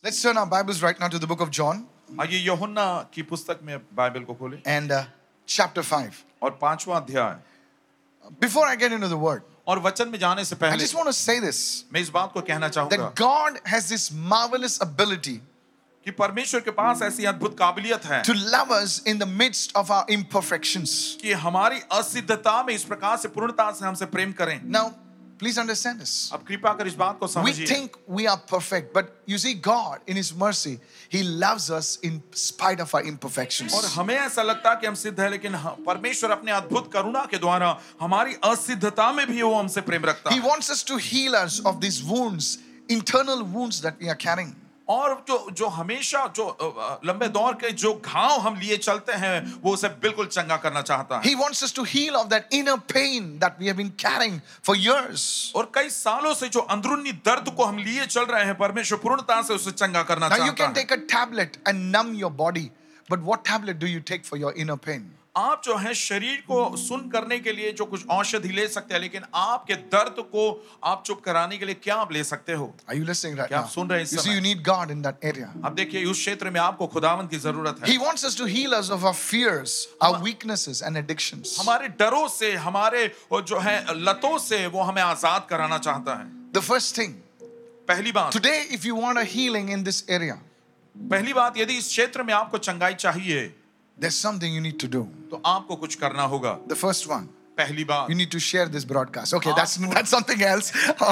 Let's turn our Bibles right now to the book of John आइए यूहन्ना की पुस्तक में बाइबल को खोलें and uh, chapter 5. और पांचवा अध्याय Before I get into the word, और वचन में जाने से I पहले just want to say this मैं इस बात को कहना चाहूंगा that God has this marvelous ability कि परमेश्वर के पास ऐसी अद्भुत काबिलियत है to love us in the midst of our imperfections. कि हमारी असिद्धता में इस प्रकार से पूर्णता से हमसे प्रेम करें Now, please understand this. अब कृपा कर इस बात को We समझिए think we are perfect, but you see, God, in His mercy, He loves us in spite of our और imperfections. हमें ऐसा लगता है कि हम सिद्ध है लेकिन ह- परमेश्वर अपने अद्भुत करुणा के द्वारा हमारी असिद्धता में भी वो हमसे प्रेम रखता He है wants us to heal us of these wounds, internal wounds that we are carrying. और जो जो हमेशा जो अ, अ, लंबे दौर के जो घाव हम लिए चलते हैं वो उसे बिल्कुल चंगा करना चाहता है He wants us to heal of that inner pain that we have been carrying for years. और कई सालों से जो अंदरूनी दर्द को हम लिए चल रहे हैं परमेश्वर पूर्णता से उसे चंगा करना Now, you can चाहता है take a tablet and numb your body, but what tablet do you take for your inner pain? आप जो है शरीर को सुन करने के लिए जो कुछ औषधि ले सकते हैं लेकिन आपके दर्द को आप चुप कराने के लिए क्या आप ले सकते हो Are you listening right क्या आप now? सुन रहे हैं इस You see, समय? you need God in that area. अब देखिए उस क्षेत्र में आपको खुदावन की जरूरत है He wants us to heal us of our fears, our weaknesses, and addictions. हमारे डरों से हमारे वो जो है लतों से वो हमें आजाद कराना चाहता है The first thing पहली बात Today, if you want a healing in this area, पहली बात यदि इस क्षेत्र में आपको चंगाई चाहिए there's something you need to do. तो आपको कुछ करना होगा The first one, पहली बात you need to share this broadcast. Okay, that's that's something else.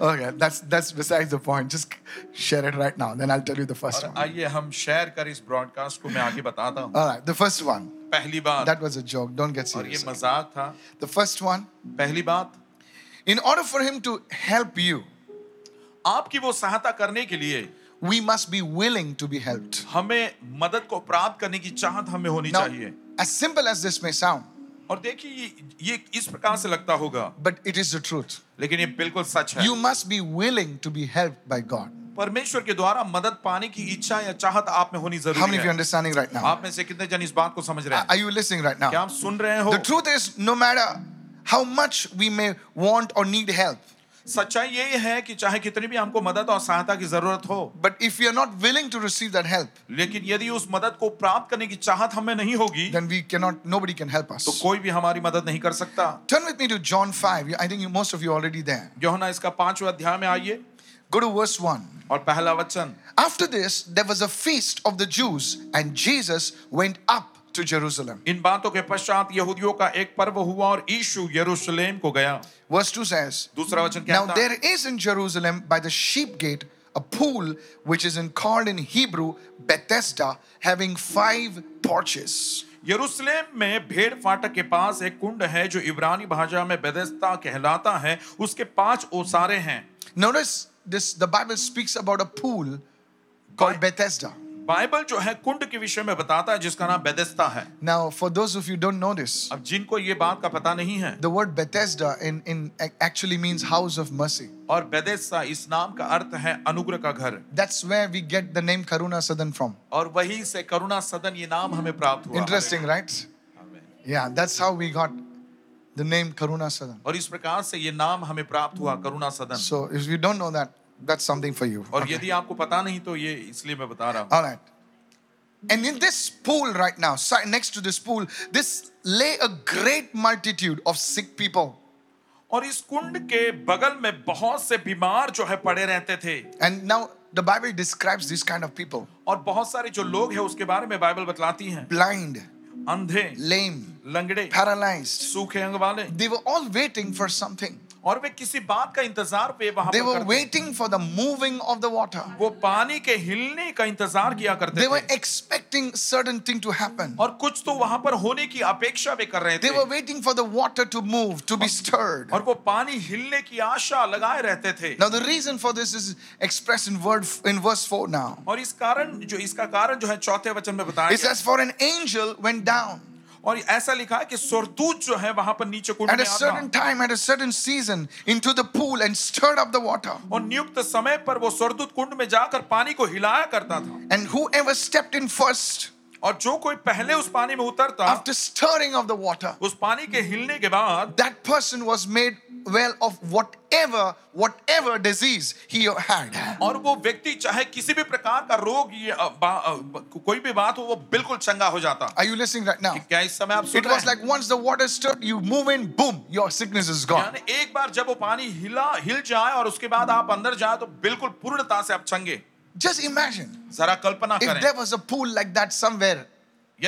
okay, that's that's besides the point. Just share it right now, then I'll tell you the first one. आइए हम share कर इस broadcast को मैं आगे बताता हूँ All right, the first one. पहली बात That was a joke. Don't get और ये serious. मजाक था The first one, पहली बात in order for him to help you, आपकी वो सहायता करने के लिए we must be willing to be helped. हमें मदद को प्राप्त करने की चाहत हमें होनी Now, चाहिए as simple as this may sound, और देखिए ये, ये इस प्रकार से लगता होगा but it is the truth. लेकिन ये बिल्कुल सच है You must be willing to be helped by God. परमेश्वर के द्वारा मदद पाने की इच्छा या चाहत आप में होनी How many of you जरूरी are है understanding right now? आप में से कितने जन इस बात को समझ रहे हैं Are you listening right now? क्या आप सुन रहे हो The truth is, no matter how much we may want or need help, सच्चाई ये है कि चाहे कितनी भी हमको मदद और सहायता की जरूरत हो but if we are not willing to receive that help, लेकिन यदि उस मदद को प्राप्त करने की चाहत हमें नहीं होगी then we cannot, nobody can help तो us. कोई भी हमारी मदद नहीं कर सकता Turn with me to John 5. I think you, most of you are already there. Yohana इसका पांचवा अध्याय में आइए Go to verse 1. और पहला वचन After this, there was a feast of the Jews, and Jesus went up to Jerusalem. इन बातों के पश्चात यहूदियों का एक पर्व हुआ और यीशु यरूशलेम को गया Verse 2 says, दूसरा वचन क्या Now था there is in Jerusalem by the sheep gate a pool which is in, called in Hebrew Bethesda, having five porches. यरूशलेम में भेड़ फाटक के पास एक कुंड है जो इब्रानी भाषा में बेदस्ता कहलाता है उसके पांच ओसारे हैं Notice this the Bible speaks about a pool called Bethesda. Bible जो है कुंड के विषय में बताता है जिसका नाम बेदस्ता है Now, for those of you who don't know this, अब जिनको ये बात का पता नहीं है the word Bethesda in, in ac- actually means house of mercy. और बेदेस्ता इस नाम का अर्थ है अनुग्रह का घर That's where we get the name Karuna Sadan from. और वहीं से करुणा सदन ये नाम हमें प्राप्त हुआ Interesting, right? Yeah, that's how we got the name Karuna Sadan. और इस प्रकार से ये नाम हमें प्राप्त हुआ करुणा सदन So if you don't know that, that's something for you. और यदि आपको पता नहीं तो ये इसलिए मैं बता रहा हूँ All right. And in this pool right now, si- next to this pool, this lay a great multitude of sick people. और इस कुंड के बगल में बहुत से बीमार जो है पड़े रहते थे And now the Bible describes these kind of people और बहुत सारे जो लोग हैं उसके बारे में बाइबल बतलाती है blind, अंधे lame, लंगड़े paralyzed. सूखे अंग वाले They were all waiting for something. और वे किसी बात का इंतजार पे वहां They पर were करते waiting for the moving of the water. वो पानी के हिलने का इंतजार किया करते They were थे expecting certain thing to happen. और कुछ तो वहां पर होने की अपेक्षा वे कर रहे They थे were waiting for the water to move, to be stirred. और वो पानी हिलने की आशा लगाए रहते थे Now the reason for this is expressed in word in verse 4 now. और इस कारण जो इसका कारण जो है चौथे वचन में बताया It गया। says, For an angel went down और ऐसा लिखा है कि स्वर्गदूत जो है वहां पर नीचे कुंड at में a आता certain time, at a certain season, into the pool and stirred up the water. और नियुक्त समय पर वो स्वर्गदूत कुंड में जाकर पानी को हिलाया करता था And whoever stepped in first, और जो कोई पहले उस पानी में उतरता after stirring of the water, उस पानी के हिलने के बाद that person was made well of whatever, whatever disease he had. और वो व्यक्ति चाहे किसी भी प्रकार का रोग या अ, बा- अ, ब- कोई भी बात हो वो बिल्कुल चंगा हो जाता Are you listening right now? क्या इस समय आप सुन It रहे was हैं? like once the water stirred, you move in, boom, your sickness is gone. यानी एक बार जब वो पानी हिला हिल जाए और उसके बाद आप अंदर जाए तो बिल्कुल पूर्णता से आप चंगे Just imagine जरा कल्पना if करें there was a pool like that somewhere,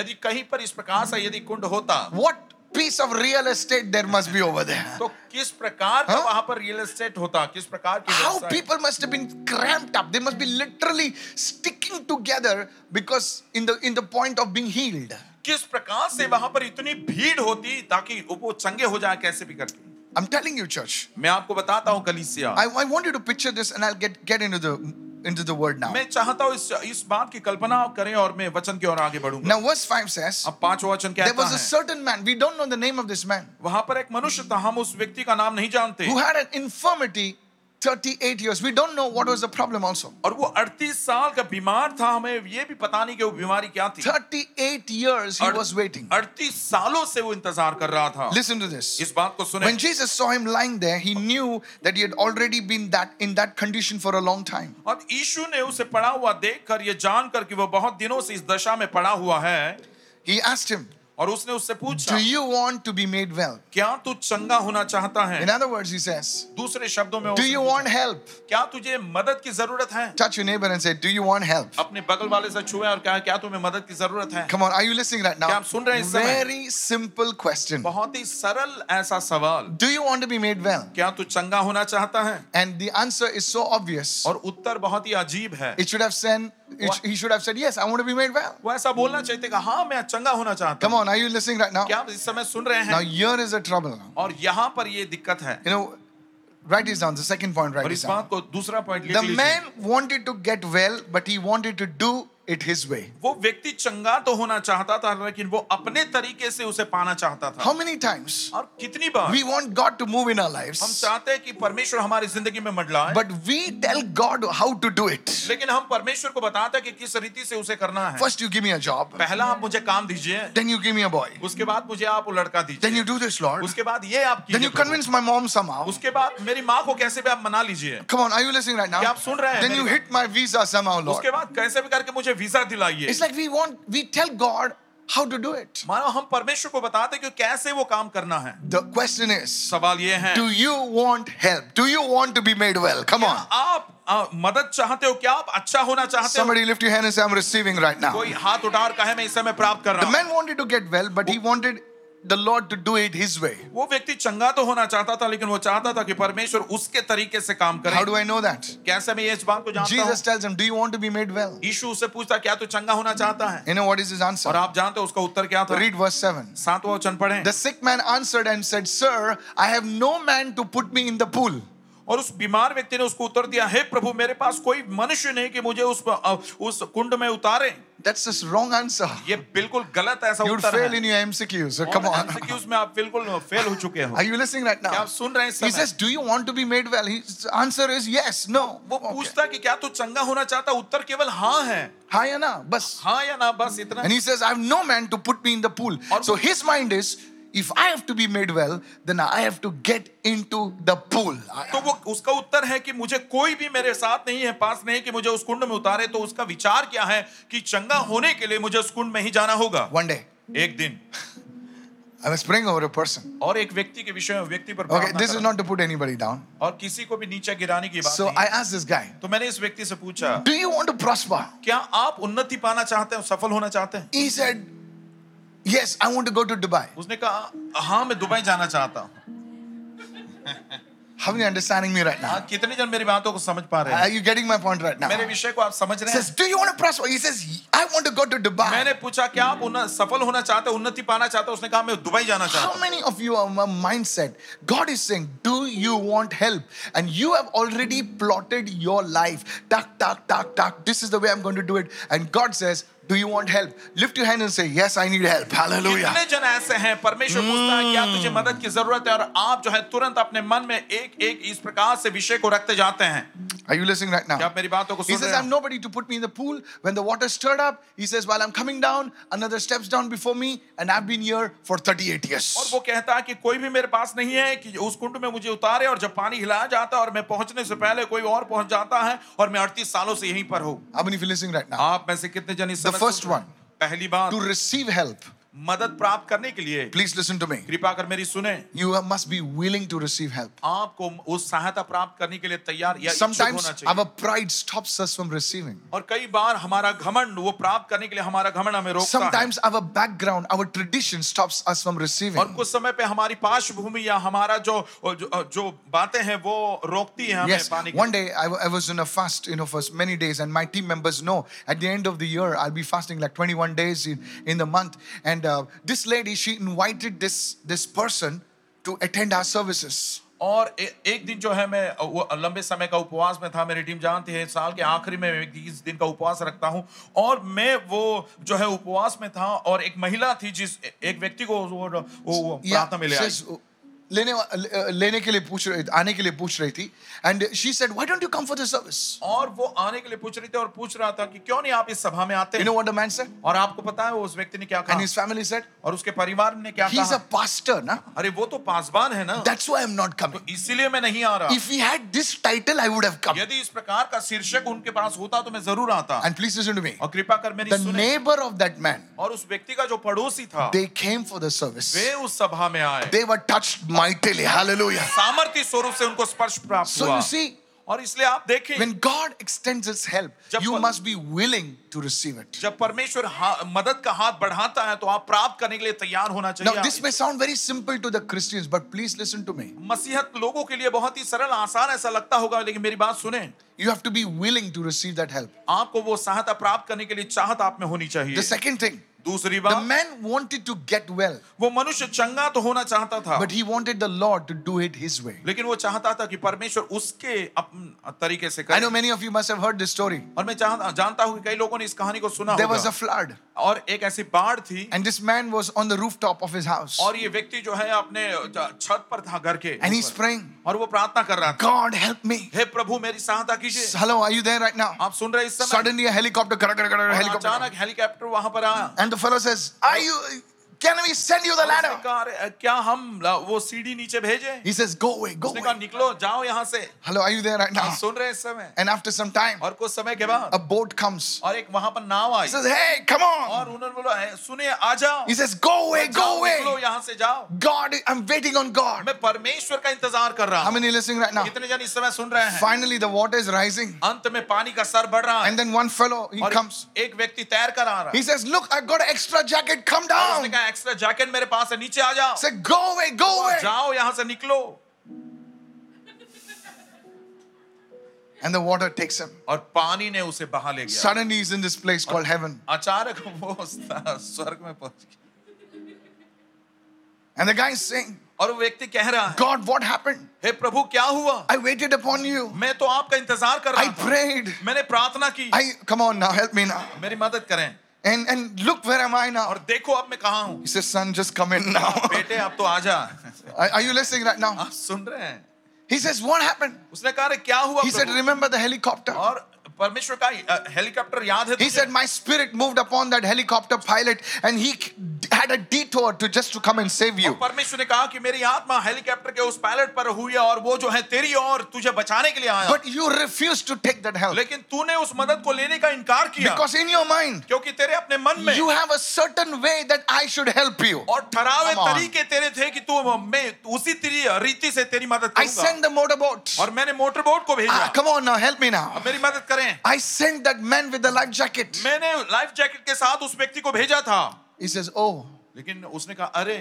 यदि कहीं पर इस प्रकार से यदि कुंड होता what piece of real estate there must be over there. तो किस प्रकार का हाँ? वहां पर रियल एस्टेट होता किस प्रकार की How व्यवसाय? people must have been cramped up. They must be literally sticking together because in the in the point of being healed. किस प्रकार से Hmm. वहां पर इतनी भीड़ होती ताकि वो चंगे हो जाए कैसे भी करके I'm telling you, church. मैं आपको बताता हूँ कलीसिया I, I want you to picture this and I'll get, get into the into the word now. मैं चाहता हूँ इस इस बात की कल्पना आप करें और मैं वचन की ओर आगे बढ़ूंगा Now, verse 5 says, अब पांचवा वचन क्या There कहता was a है certain man, we don't know the name of this man, वहां पर एक मनुष्य था हम उस व्यक्ति का नाम नहीं जानते who had an infirmity 38 years. We don't know what was the problem also. और वो 38 साल का बीमार था हमें ये भी पता नहीं कि वो बीमारी क्या थी 38 years he was waiting. 38 सालों से वो इंतजार कर रहा था Listen to this. इस बात को सुने When Jesus saw him lying there, he knew that he had already been that in that condition for a long time. और यीशु ने उसे पड़ा हुआ देखकर ये जानकर कि वो बहुत दिनों से इस दशा में पड़ा हुआ है He asked him, और उसने उससे पूछा Do you want to be made well? क्या तू चंगा होना चाहता है In other words, he says, दूसरे शब्दों में Do उसने you पूछा, want help? क्या तुझे मदद की जरूरत है Touch your neighbor and say, Do you want help? अपने बगल वाले से छुए और कहा क्या तुम्हें मदद की जरूरत है Come on, are you listening right क्या now? आप सुन रहे हैं इस समय? Very simple question. बहुत ही सरल ऐसा सवाल Do you want to be made well? क्या तू चंगा होना चाहता है And the answer is so obvious. और उत्तर बहुत ही अजीब है It should have said, it, What? he should have said, Yes, I want to be made well. वो ऐसा बोलना चाहते कि हाँ मैं चंगा होना चाहता Come हूँ on, are you listening right now? क्या आप इस समय सुन रहे Now, हैं here is the trouble. now. और यहाँ पर ये दिक्कत है You know, write this down. The second point, write और this इस down. बात को दूसरा पॉइंट लिख The लीजिए man wanted to get well, but he wanted to do it his way. वो व्यक्ति चंगा तो होना चाहता था लेकिन वो अपने तरीके से उसे पाना चाहता था How many times और कितनी बार we want God to move in our हम lives, चाहते हैं कि परमेश्वर हमारी जिंदगी में मंडलाए but we tell God how to do it? लेकिन हम परमेश्वर को बताते हैं कि किस रीति से उसे करना है First, you give me a job, पहला आप मुझे काम दीजिए then, you give me a boy, उसके बाद मुझे आप वो लड़का then, you दीजिए do this, Lord, उसके बाद ये आप then, कीजिए you convince my mom Prabhu. somehow. उसके बाद मेरी माँ को कैसे भी आप मना लीजिए Come on, are you listening right now? क्या आप सुन रहे हैं Then, मेरी you बात? hit my visa somehow, Lord. उसके बाद कैसे भी करके मुझे वीजा दिलाइए It's like we want, we tell God how to do it. मानो हम परमेश्वर को बताते कि कैसे वो काम करना है The question is, सवाल ये है do you want help? Do you want to be made well? Come क्या on. आप आ, मदद चाहते हो क्या आप अच्छा होना चाहते हो Somebody lift your hand and say, I'm receiving right now. कोई हाथ उठा और कहे मैं इस समय प्राप्त कर The रहा हूँ man wanted to get well, but he wanted the Lord to do it his way. वो व्यक्ति चंगा तो होना चाहता था लेकिन वो चाहता था कि परमेश्वर उसके तरीके से काम How करे do I know that? कैसे मैं ये इस बात को जानता Jesus हूँ tells him, Do you want to be made well? यीशु उससे पूछता क्या तू चंगा होना चाहता है You know what is his और answer? आप जानते हो उसका उत्तर क्या था Read verse 7. सातवां वचन पढ़ें The sick man answered and said, Sir, I have no man to put me in the pool. और उस बीमार व्यक्ति ने उसको उत्तर दिया हे प्रभु मेरे पास कोई मनुष्य नहीं कि मुझे उस अ, उस कुंड में उतारे That's this wrong answer. ये बिल्कुल गलत ऐसा You'd उत्तर fail है in your MCQs. So और come on. MCQs में आप बिल्कुल फेल हो चुके हो Are you listening right क्या now? आप सुन रहे हैं इस He समय? says, Do you want to be made well? His answer is yes, no. वो पूछता कि क्या तू चंगा होना चाहता उत्तर केवल हाँ है Hi, Anna. Bus. हाँ या ना बस इतना And he says, I have no man to put me in the pool. और- So his mind is, if I have to be made well, then I have to get into the pool. तो वो उसका उत्तर है कि मुझे कोई भी मेरे साथ नहीं है पास नहीं कि मुझे उस कुंड में उतारे तो उसका विचार क्या है कि चंगा होने के लिए मुझे उस कुंड में ही जाना होगा One day, एक दिन I was praying over a person. और एक व्यक्ति के विषय में व्यक्ति पर Okay, प्रार्थना this is करा। not to put anybody down. और किसी को भी नीचे गिराने की बात So नहीं I asked this guy, तो मैंने इस व्यक्ति से पूछा Do you want to prosper? क्या आप उन्नति पाना चाहते हैं सफल होना चाहते हैं He said, Yes, I want to go to Dubai. उसने कहा हाँ मैं दुबई जाना चाहता हूँ How many understanding me right now? हाँ, कितने जन मेरी बातों को समझ पा रहे Are हैं you getting my point right now? मेरे He विषय को आप समझ रहे says, हैं Do you want to prosper? He says, I want to go to Dubai. मैंने पूछा क्या आप उन्न- सफल होना चाहते हैं उन्नति पाना चाहते हैं उसने कहा मैं दुबई जाना चाहता How many of you are of a mindset? God is saying, Do you want help? And you have already plotted your life. Tuck, tuck, tuck, tuck. This is the way I'm going to do it. And God says, Do you want help? Lift your hand and say, Yes, I need help. Hallelujah. Hmm. कितने जन ऐसे हैं परमेश्वर पूछता है क्या तुझे मदद की जरूरत है और आप जो है तुरंत अपने मन में एक एक इस प्रकार से विषय को रखते जाते हैं Are you listening right क्या now? आप मेरी बातों को He सुन says, रहे I'm हैं nobody to put me in the pool. When the water stirred up, he says, While I'm coming down, another steps down before me, and I've been here for 38 और years. वो कहता है कि कोई भी मेरे पास नहीं है कि उस कुंड में मुझे उतारे और जब पानी हिलाया जाता है और मैं पहुंचने से पहले कोई और पहुंच जाता है और मैं अड़तीस सालों से यहीं पर हूँ How many of you listening right now? आप में से कितने जन इस The समय सुन first रहे हैं? one. पहली बात To receive help, मदद प्राप्त करने के लिए please listen to me. कृपा कर मेरी सुने You must be willing to receive help. आपको उस सहायता प्राप्त करने के लिए तैयार या इच्छुक होना Sometimes चाहिए our pride stops us from receiving. और कई बार हमारा घमंड वो प्राप्त करने के लिए हमारा घमंड हमें रोकता है Sometimes our background, our tradition stops us from receiving. और कुछ समय पे हमारी पार्श्वभूमि या हमारा जो जो, जो बातें हैं वो रोकती है हमें Yes, पाने के one day I, wa- I was in a fast, you know, for many days, and my team members know at the end of the year I'll be fasting like 21 days in, in the month. And uh, this lady, she invited this this person to attend our services. और ए, एक दिन जो है मैं अ, वो लंबे समय का उपवास में था मेरी टीम जानती है साल के आखिरी में मैं तीस दिन का उपवास रखता हूँ और मैं वो जो है उपवास में था और एक महिला थी जिस ए- एक व्यक्ति को वो वो- वो प्रार्थना मिले आई says, लेने वा- ले- uh, लेने के लिए पूछ रही आने के लिए पूछ रही थी and she said why don't you come for the service और वो आने के लिए पूछ रही थी और पूछ रहा था कि क्यों नहीं आप इस सभा में आते you know what the man said और आपको पता है वो उस व्यक्ति ने क्या and कहा his family said और उसके परिवार ने क्या he's कहा a pastor na अरे वो तो पासवान है ना that's why I'm not coming इसीलिए मैं नहीं आ रहा if he had this title I would have come यदि इस प्रकार का शीर्षक उनके पास होता तो मैं जरूर आता and please listen to me और कृपा कर मेरी the सुने neighbor of that man और उस व्यक्ति का जो पड़ोसी था They came for the service. वे उस सभा में आए They were touched mightily. Hallelujah. सामर्थ्य स्वरूप से उनको स्पर्श प्राप्त So हुआ you see, और इसलिए आप देखें when God extends His help, जब you पर- must be willing to receive it. जब परमेश्वर हा- मदद का हाथ बढ़ाता है तो आप प्राप्त करने के लिए तैयार होना Now, this चाहिए may sound very simple to the Christians, but please listen to me. मसीहत लोगों के लिए बहुत ही सरल आसान ऐसा लगता होगा लेकिन मेरी बात सुने You have to be willing to receive that help. आपको वो सहायता प्राप्त करने के लिए चाहत आप में होनी The चाहिए second thing, दूसरी the बात man wanted to get well, वो मनुष्य चंगा तो होना चाहता था but he wanted the Lord to do it His way. लेकिन वो चाहता था कि परमेश्वर उसके अपन तरीके से I know करे many of you must have heard this story. और मैं चाहता जानता हूं कि कई लोगों ने इस कहानी को सुना There was a होगा flood, और एक ऐसी बाढ़ थी and this man was on the rooftop of his house, और ये व्यक्ति जो है अपने ज- छत पर था घर के and he's ऊपर। praying, और वो प्रार्थना कर रहा था God help me. हे प्रभु मेरी सहायता कीजिए Hello, are you there right now? आप सुन रहे हैं इस समय Suddenly a helicopter, gara, gara, gara, और helicopter. अचानक हेलीकॉप्टर वहां पर आया And the fellow says, Are you can we send you the और उसने ladder? कहा, "अरे, क्या हम ल- वो सीढ़ी नीचे भेजे He says, Go away, go उसने कहा away. निकलो जाओ यहाँ से Hello, are you there right now? आप सुन रहे हैं इस समय And after some time, और कुछ समय के a बाद boat comes. और एक वहां पर नाव आई He says, Hey, come on. और उन्होंने बोला "ए, सुनिए आ जाओ He says, Go away, जाओ, go निकलो away. यहाँ से जाओ God, I'm waiting on God. मैं परमेश्वर का इंतजार कर रहा How हूँ many listening right now? कितने जन इस समय सुन रहे हैं Finally, the water is rising. अंत में पानी का सर बढ़ रहा है And then one fellow he और comes. एक व्यक्ति तैर कर आ रहा He है says, Look, I got an extra jacket. Come उसने down. कहा एक्स्ट्रा जैकेट मेरे पास है नीचे आ जाओ Say, go away, go away. जाओ यहाँ से निकलो And the water takes him. और पानी ने उसे बहा ले गया Suddenly he's in this place called heaven. अचानक वो स- स्वर्ग में पहुंच गया And the guy is saying, और वो व्यक्ति कह रहा है God, what happened? हे प्रभु क्या हुआ I waited upon you. मैं तो आपका इंतजार कर I रहा था prayed. मैंने प्रार्थना की I come on now, help me now. मेरी मदद करें And and look where am I now? और देखो अब मैं कहा हूँ He says, son, just come in now. बेटे अब तो आ जा are, are you listening right now? आप हाँ, सुन रहे हैं He says, what happened? उसने कहा "अरे, क्या हुआ He said, Prabhu?" remember the helicopter. और परमेश्वर का अ, हेलीकॉप्टर याद है He तुझे? said, my spirit moved upon that helicopter pilot, and he k- had a detour to just to come and save you. परमेश्वर ने कहा कि मेरी आत्मा हेलीकॉप्टर के उस पायलट पर हुई है और वो जो है तेरी और तुझे बचाने के लिए आया But you refused to take that help लेकिन तूने उस मदद को लेने का इनकार किया because in your mind क्योंकि तेरे अपने मन में you have a certain way that I should help you. और ठहरावे Come on. तरीके तेरे थे कि तू मैं उसी तेरी रीति से तेरी मदद I करूंगा sent the motorboat. और मैंने मोटर बोट को भेजा Ah, come on now, help me now. अब मेरी मदद करें I sent that man with the life jacket. मैंने लाइफ जैकेट के साथ उस व्यक्ति को भेजा था He says, oh, लेकिन उसने कहा अरे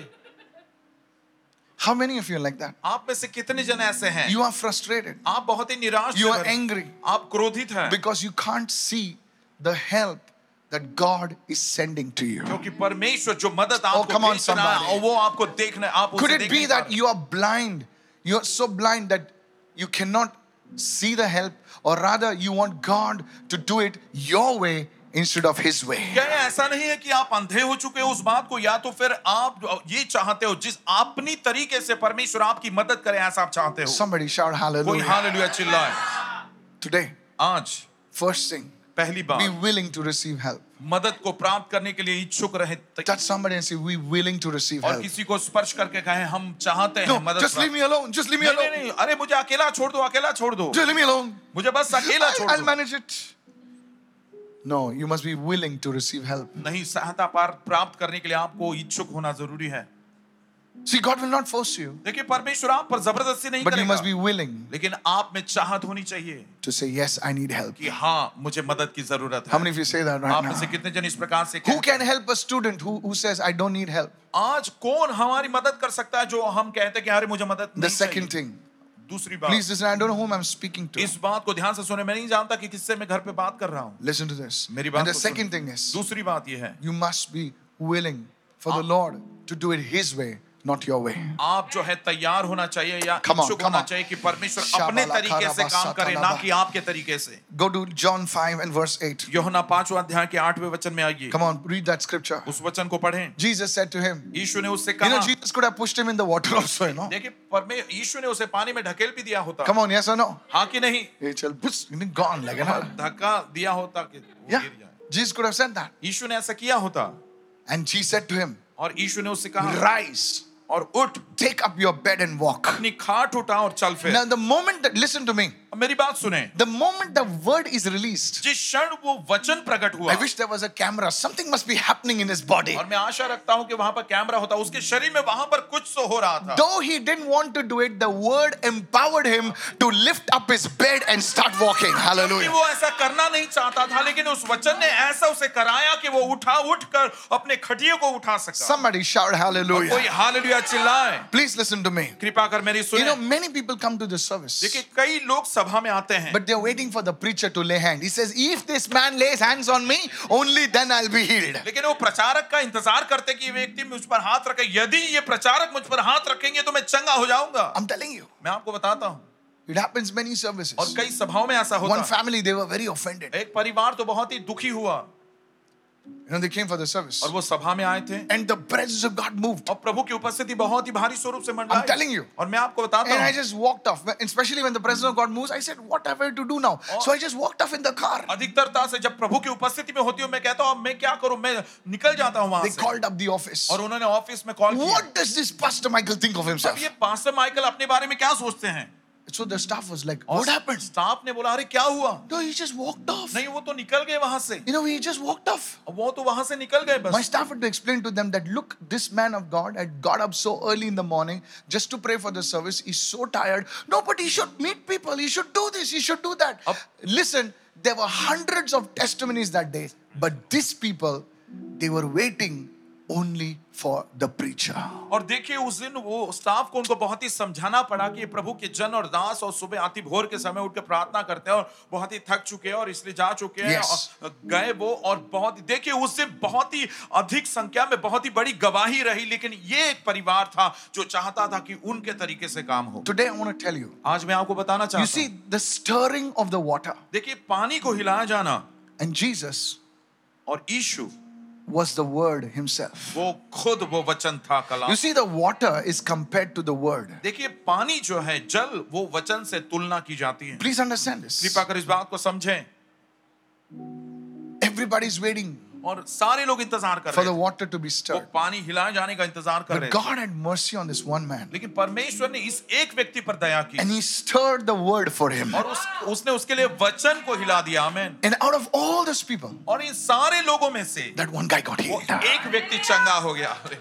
how many of you are like that? आप में से कितने जन ऐसे हैं You are frustrated. आप बहुत ही निराश You से are भरे हैं। angry आप क्रोधित हैं because you can't see the help that God is sending to you. क्योंकि परमेश्वर जो मदद आपको Oh, come on, भेज रहा है somebody. और वो आपको देखना आप Could उसे it देख be नहीं पा that रहे। you are blind? You're so blind that you cannot see the help, or rather, you want God to do it your way instead of his way. क्या ये ऐसा नहीं है कि आप अंधे हो चुके हो उस बात को या तो फिर आप ये चाहते हो जिस अपनी तरीके से परमेश्वर आपकी मदद करे ऐसा आप चाहते हो Somebody shout कोई hallelujah. हालेलुया चिल्लाए Today, आज first thing, be पहली बार willing to receive help. मदद को प्राप्त करने के लिए इच्छुक रहे Touch somebody and say, We willing to receive और help. किसी को स्पर्श करके कहें हम चाहते हैं No, मदद just leave प्राप्त- me alone. Just leave me नहीं, नहीं, alone. नहीं, अरे मुझे अकेला छोड़ दो अकेला छोड़ दो Just leave me alone. मुझे बस अकेला I'll, छोड़ I'll दो manage it. No, you must be willing to receive help. नहीं सहायता पार प्राप्त करने के लिए आपको इच्छुक होना जरूरी है See, God will not force you, देखिए परमेश्वर आप पर जबरदस्ती नहीं but you must be करेगा willing लेकिन आप में चाहत होनी चाहिए to say, Yes, I need help. कि हाँ मुझे मदद की जरूरत How है many of you say that right आप में now? से कितने जन इस प्रकार से Who कहते can help a student who, who says, I don't need help? हैं? आज कौन हमारी मदद कर सकता है जो हम कहते हैं कि अरे मुझे मदद The नहीं second चाहिए? thing, दूसरी please बात listen, I don't know whom I'm speaking to. इस बात को ध्यान से सुने मैं नहीं जानता कि किससे मैं घर पे बात कर रहा हूँ Listen to this. And मेरी बात the को सुनो। second thing is, दूसरी बात यह है you must be willing for the Lord to do it His way, not your way. आप जो है तैयार होना चाहिए या Come on, इच्छुक come होना on. चाहिए कि परमेश्वर अपने शाबाला तरीके से खाराबा काम करे ना सातालाबा। कि आपके तरीके से Go to John 5 and verse 8. Yohana पांचवा अध्याय के आठवें वचन में आइए Come on, read that scripture. उस वचन को पढ़ें Jesus said to him, यीशु ने उससे You कहा know, Jesus could have pushed him in the water also, you know. देखिए परमे यीशु ने उसे पानी में ढकेल भी दिया होता Come on, yes or no? हाँ कि नहीं हाँ, He shall push, you know, gone like, you know. धक्का दिया होता कि वो Yeah, गिर जाए। Jesus could have said that. यीशु ने ऐसा किया होता And she said to him, और यीशु ने उससे कहा Rise, और उठ take up your bed and walk. अपनी खाट उठा और चल फिर Now, the moment that, listen to me, अब मेरी बात सुने the moment the word is released, जिस क्षण वो वचन प्रकट हुआ I wish there was a camera. Something must be happening in his body. और मैं आशा रखता हूं कि वहां पर कैमरा होता उसके शरीर में वहां पर कुछ तो हो रहा था Though he didn't want to do it, the word empowered him to lift up his bed and start walking. कि Hallelujah. वो ऐसा करना नहीं चाहता था लेकिन उस वचन ने ऐसा उसे कराया कि वो उठा उठकर अपने खटियों को उठा सका Somebody shout और कोई hallelujah. हालेलुया चिल्लाए Please listen to me. कृपा कर मेरी You सुने know, many people come to this देखिए service, कई लोग सभा में आते हैं but they're waiting for the preacher to lay hand. He says, If this man lays hands on me, only then I'll be healed. लेकिन वो प्रचारक का इंतजार करते कि ये व्यक्ति मुझ पर हाथ रखे यदि ये प्रचारक मुझ पर हाथ रखेंगे तो मैं चंगा हो जाऊंगा I'm telling you, मैं आपको बताता हूँ it happens many और services. कई सभाओं में ऐसा One होता family, they were very offended. है एक परिवार तो बहुत ही दुखी हुआ और You know, they came for the service, वो सभा में आए थे and the presence of God moved. और प्रभु की उपस्थिति बहुत ही भारी स्वरूप से I'm telling मंडराई you. और मैं आपको बताता And I हूँ just walked off. Especially when the presence of God moves, I said, What have I to do now? So I just walked off in the car. अधिकतरता से जब प्रभु की उपस्थिति में होती हूँ मैं कहता हूँ "अब मैं क्या करूँ मैं निकल जाता हूँ वहां They से called up the office. और उन्होंने ऑफिस में कॉल किया What does this Pastor Michael think of अब himself? ये पास्टर माइकल अपने बारे में क्या सोचते हैं So the staff was like, और What happened? स्टाफ ने बोला अरे क्या हुआ No, he just walked off. नहीं वो तो निकल गए वहां से You know, he just walked off. वो तो वहां से निकल गए My बस staff had to explain to them that look, this man of God had got up so early in the morning just to pray for the service. He's so tired. No, but he should meet people. He should do this. He should do that. Up. Listen, there were hundreds of testimonies that day, but these people, they were waiting only for the preacher. और देखिए उस दिन वो staff को उनको बहुत ही समझाना पड़ा कि ये प्रभु के जन और दास और सुबह आती भोर के समय उठ के प्रार्थना करते हैं और बहुत ही थक चुके हैं और इसलिए जा चुके हैं Yes. और गए वो और बहुत ही देखिए उस दिन बहुत ही अधिक संख्या में बहुत ही बड़ी गवाही रही लेकिन ये एक परिवार था जो चाहता था कि उनके तरीके से काम हो Today, I want to tell you आज मैं आपको बताना you चाहता हूँ see, the stirring of the water देखिए पानी को हिलाया जाना and Jesus और Ishu was the Word Himself. वो खुद वो वचन था कलाम You see, the water is compared to the Word. देखिए पानी जो है जल वो वचन से तुलना की जाती है Please understand this. कृपा कर इस बात को समझें Everybody's waiting और सारे लोग इंतजार कर for रहे the हैं water to be वो stirred. पानी हिलाए जाने का इंतजार कर But रहे थे God had mercy on this one man लेकिन परमेश्वर ने इस एक व्यक्ति पर दया की and he stirred the word for him. और उस उसने उसके लिए वचन को हिला दिया amen And out of all those people, और इन सारे लोगों में से that one guy got वो healed. एक व्यक्ति चंगा हो गया और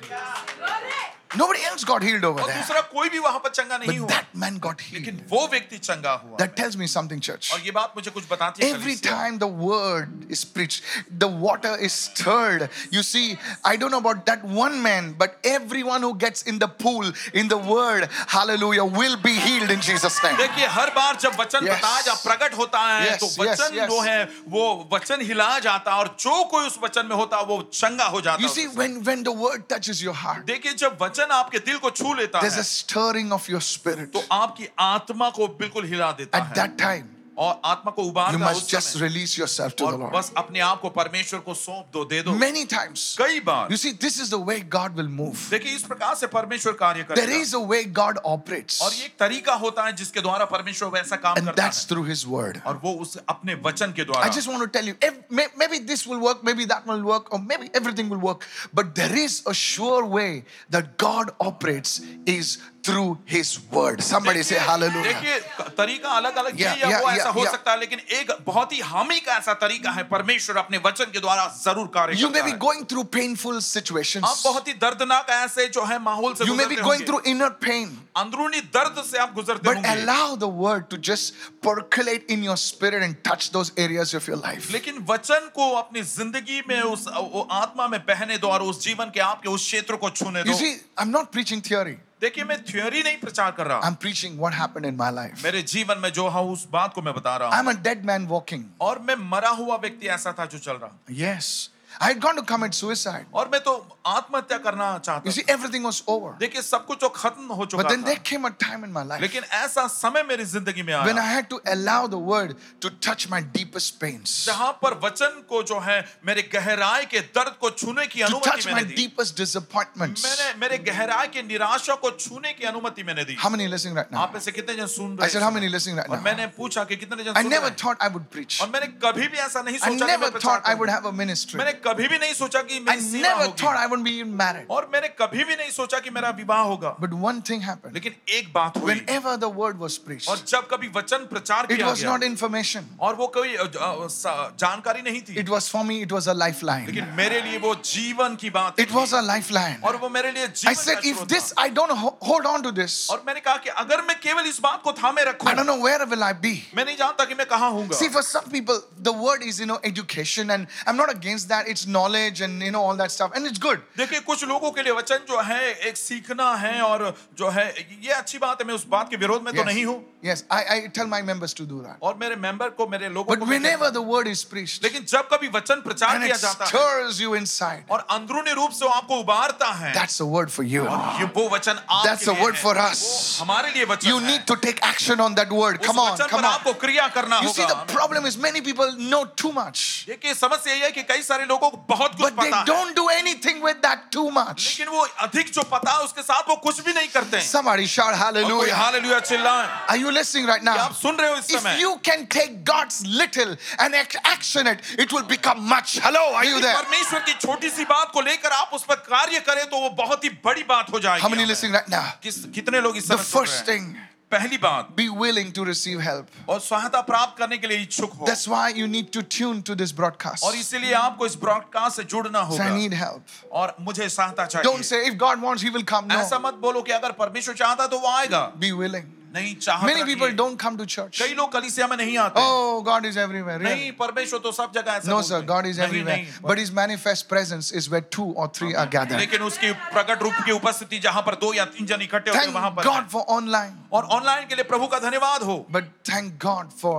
Nobody else got healed over there. दूसरा कोई भी वहां पर चंगा नहीं But हुआ that man got लेकिन healed. वो व्यक्ति चंगा हुआ That tells me something, church. और ये बात मुझे कुछ बताती है Every कलीसिया। time the word is preached, the water is stirred. You see, I don't know about that one man, but everyone who gets in the pool, in the word, hallelujah, will be healed in Jesus' name. देखिए हर बार जब वचन Yes. बताया जा प्रकट होता है Yes, तो yes, वचन yes. जो है वो वचन हिलाया जाता है और जो कोई उस वचन में होता है वो चंगा हो जाता You है see, उसके when, when the word touches your heart, साथ। देखिए जब वचन आपके दिल को छू लेता there's है a stirring of your spirit. तो आपकी आत्मा को बिल्कुल हिला देता At है that time, और आत्मा को उबार You must उस just समय release yourself to the और Lord. बस अपने आप को परमेश्वर को सौंप दो दे दो Many times. कई बार You see, this is the way God will move. देखिए इस प्रकार से परमेश्वर कार्य There करेगा is a way God और ये operates, एक तरीका होता है जिसके द्वारा परमेश्वर वैसा काम and करता that's है through His Word. और वो उस अपने वचन के द्वारा I just want to tell you, if, may- maybe this will work, maybe that will work, or maybe everything will work. But there is a sure way that God operates is through His Word. Somebody say देखिए- Hallelujah. देखिए क- तरीका अलग अलग Yeah, ये या yeah, वो yeah, ऐसा हो yeah. सकता है लेकिन एक बहुत ही हामी का ऐसा तरीका है परमेश्वर अपने वचन के द्वारा जरूर कार्य You may करता be है going through painful आप situations. बहुत ही दर्दनाक ऐसे जो है माहौल से You may be गुजरते going होंगे। through inner pain. अंदरूनी दर्द से आप गुजरते But होंगे allow the word to just percolate in your spirit and touch those areas of your life. लेकिन वचन को अपनी जिंदगी में उस वो आत्मा में बहने दो और उस जीवन के आपके उस क्षेत्र को छूने You दो see, I'm not preaching theory, देखिए मैं थ्योरी नहीं प्रचार कर रहा I'm preaching what happened in my life. मेरे जीवन में जो है उस बात को मैं बता रहा हूँ I'm a dead man walking. और मैं मरा हुआ व्यक्ति ऐसा था जो चल रहा Yes. I had gone to commit suicide. और मैं तो आत्महत्या करना चाहता You था see, everything was over. देखिए सब कुछ तो खत्म हो But चुका then there था came a time in my life लेकिन ऐसा समय मेरी जिंदगी में when I आया had to allow the word to touch my deepest pains, जहां पर वचन को जो है मेरे गहराई के दर्द को छूने की to touch अनुमति my मैंने दी deepest disappointments. मैंने मेरे गहराई के निराशा को छूने की अनुमति मैंने दी How many are listening right now? आप में से कितने जन सुन I रहे said, हैं How many are listening right और now? मैंने पूछा कि कितने जन I सुन रहे never हैं thought I would preach. और मैंने कभी भी ऐसा नहीं I सोचा कि never मैं प्रचार thought I would करूंगा। have a ministry. मैंने कभी भी नहीं सोचा कि I मेरी सेवा never होगी thought I would be even married. और मैंने कभी भी नहीं सोचा कि मेरा विवाह होगा But one thing happened. लेकिन एक बात हुई Whenever the word was और preached, जब कभी वचन प्रचार it किया was गया not information. और वो कोई अ, अ, सा- जानकारी नहीं थी It was for me, it was a lifeline. लेकिन मेरे लिए वो जीवन की बात It थी। was a lifeline. और वो मेरे लिए I जीवन का said, if स्रोत this, था। I don't ho- hold on to this, और मैंने कहा कि अगर मैं केवल इस बात को थामे I don't रखूं know where will I be. मैं नहीं जानता कि मैं कहाँ हूँगा See, for some people, the word is, you know, education, and I'm not against that. It's knowledge and, you know, all that stuff, and it's good. देखिए कुछ लोगों के लिए वचन जो है एक सीखना है और जो है ये अच्छी बात है मैं उस बात के विरोध में तो नहीं Yes, हूँ yes I, I tell my members to do that. और मेरे मेंबर को मेरे लोगों But को मैं whenever कहता the word is preached, हूं। लेकिन जब कभी वचन प्रचार and किया it जाता है stirs you inside, और अंदरूनी रूप से वो आपको उबारता है that's a word for you. ये वो वचन That's आपके the लिए word है। for us. वो हमारे लिए वचन You है। need to take action on that word. उस Come on, वचन come पर on. आपको क्रिया करना You see, the होगा problem is many people know too much, देखिए समस्या यही है कि कई सारे लोगों को बहुत कुछ but they पता है don't do anything with that too much. लेकिन वो अधिक जो पता है उसके साथ वो कुछ भी नहीं करते हैं Somebody shout और कोई hallelujah. हालेलुया चिल्लाएं Are you listening right क्या now? आप सुन रहे हो इस If समय you can take God's little and ac- action it, it will become much. Hello, are you यदि there? परमेश्वर की छोटी सी बात को लेकर आप उस पर कार्य करें तो वो बहुत ही बड़ी बात हो जाएगी How many हमें। listening right now? किस कितने लोग इस The समय सुन first रहे हैं? thing, पहली बात be willing to receive help. और सहायता प्राप्त करने के लिए इच्छुक हो That's why you need to tune to this broadcast. और इसीलिए आपको इस ब्रॉडकास्ट से जुड़ना Say, I होगा need help. और मुझे सहायता Don't चाहिए say, if God wants, He will come. No, ऐसा मत बोलो कि अगर परमेश्वर चाहता तो वो आएगा be willing. नहीं चाहता Many people don't come to church. कई लोग कलिसिया में नहीं आते Oh, God is everywhere. really. नहीं परमेश्वर तो सब जगह ऐसा No, बोलते sir, हैं। God is नहीं, everywhere. नहीं, But His manifest presence is where two or three are gathered. लेकिन उसकी प्रकट रूप की उपस्थिति जहां पर दो या तीन जन इकट्ठे होते Thank हैं वहां पर God for online, और ऑनलाइन के लिए प्रभु का धन्यवाद हो but thank God for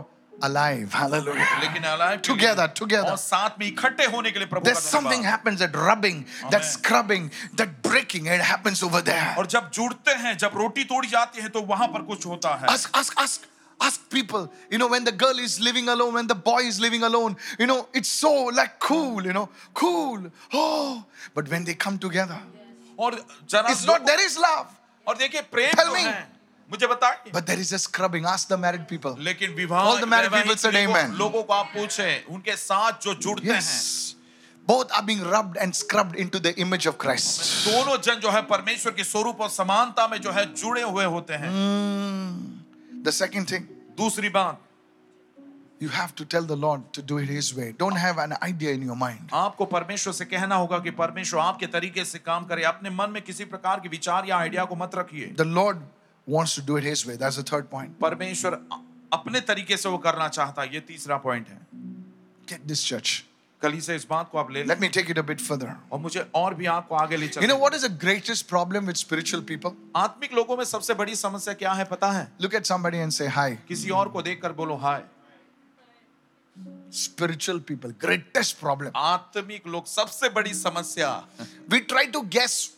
alive. Hallelujah. लेकिन alive के लिए- Together, together. और साथ में इकट्ठे होने के लिए प्रभु There's का something धन्यवाद happens that rubbing, that Amen. scrubbing, that breaking. It happens over there. और जब जुड़ते हैं जब रोटी तोड़ी जाती है तो वहां पर कुछ होता है Ask, ask, ask. Ask people, you know, when the girl is living alone, when the boy is living alone, you know, it's so like cool, you know, cool. Oh, but when they come together, और जरा it's not there is love, और देखिए प्रेम Tell तो me. है मुझे बताइए but there is a scrubbing. Ask the married people. लेकिन विवाह All the married वैवाहिक people said लोगों- amen. लोगों को आप पूछें उनके साथ जो जुड़ते हैं Yes. Both are being rubbed and scrubbed into the image of Christ. दोनों जन जो है परमेश्वर के स्वरूप और समानता में जो है जुड़े हुए होते हैं The second thing, दूसरी बात you have to tell the Lord to do it His way. Don't have an idea in your mind. आपको परमेश्वर से कहना होगा कि परमेश्वर आपके तरीके से काम करे अपने मन में किसी प्रकार के विचार या आइडिया को मत रखिए The Lord wants to do it His way. That's the third point. परमेश्वर अ- अपने तरीके से वो करना चाहता है ये तीसरा पॉइंट है Get this church. कल ही से इस बात को आप ले लें Let me take it a bit further. और मुझे और भी आपको आगे ले You know चलना what is the greatest problem with spiritual people? आत्मिक लोगों में सबसे बड़ी समस्या क्या है पता है Look at somebody and say, Hi. किसी और को देखकर बोलो हाय Spiritual people, greatest problem. आत्मिक लोग सबसे बड़ी समस्या We try to guess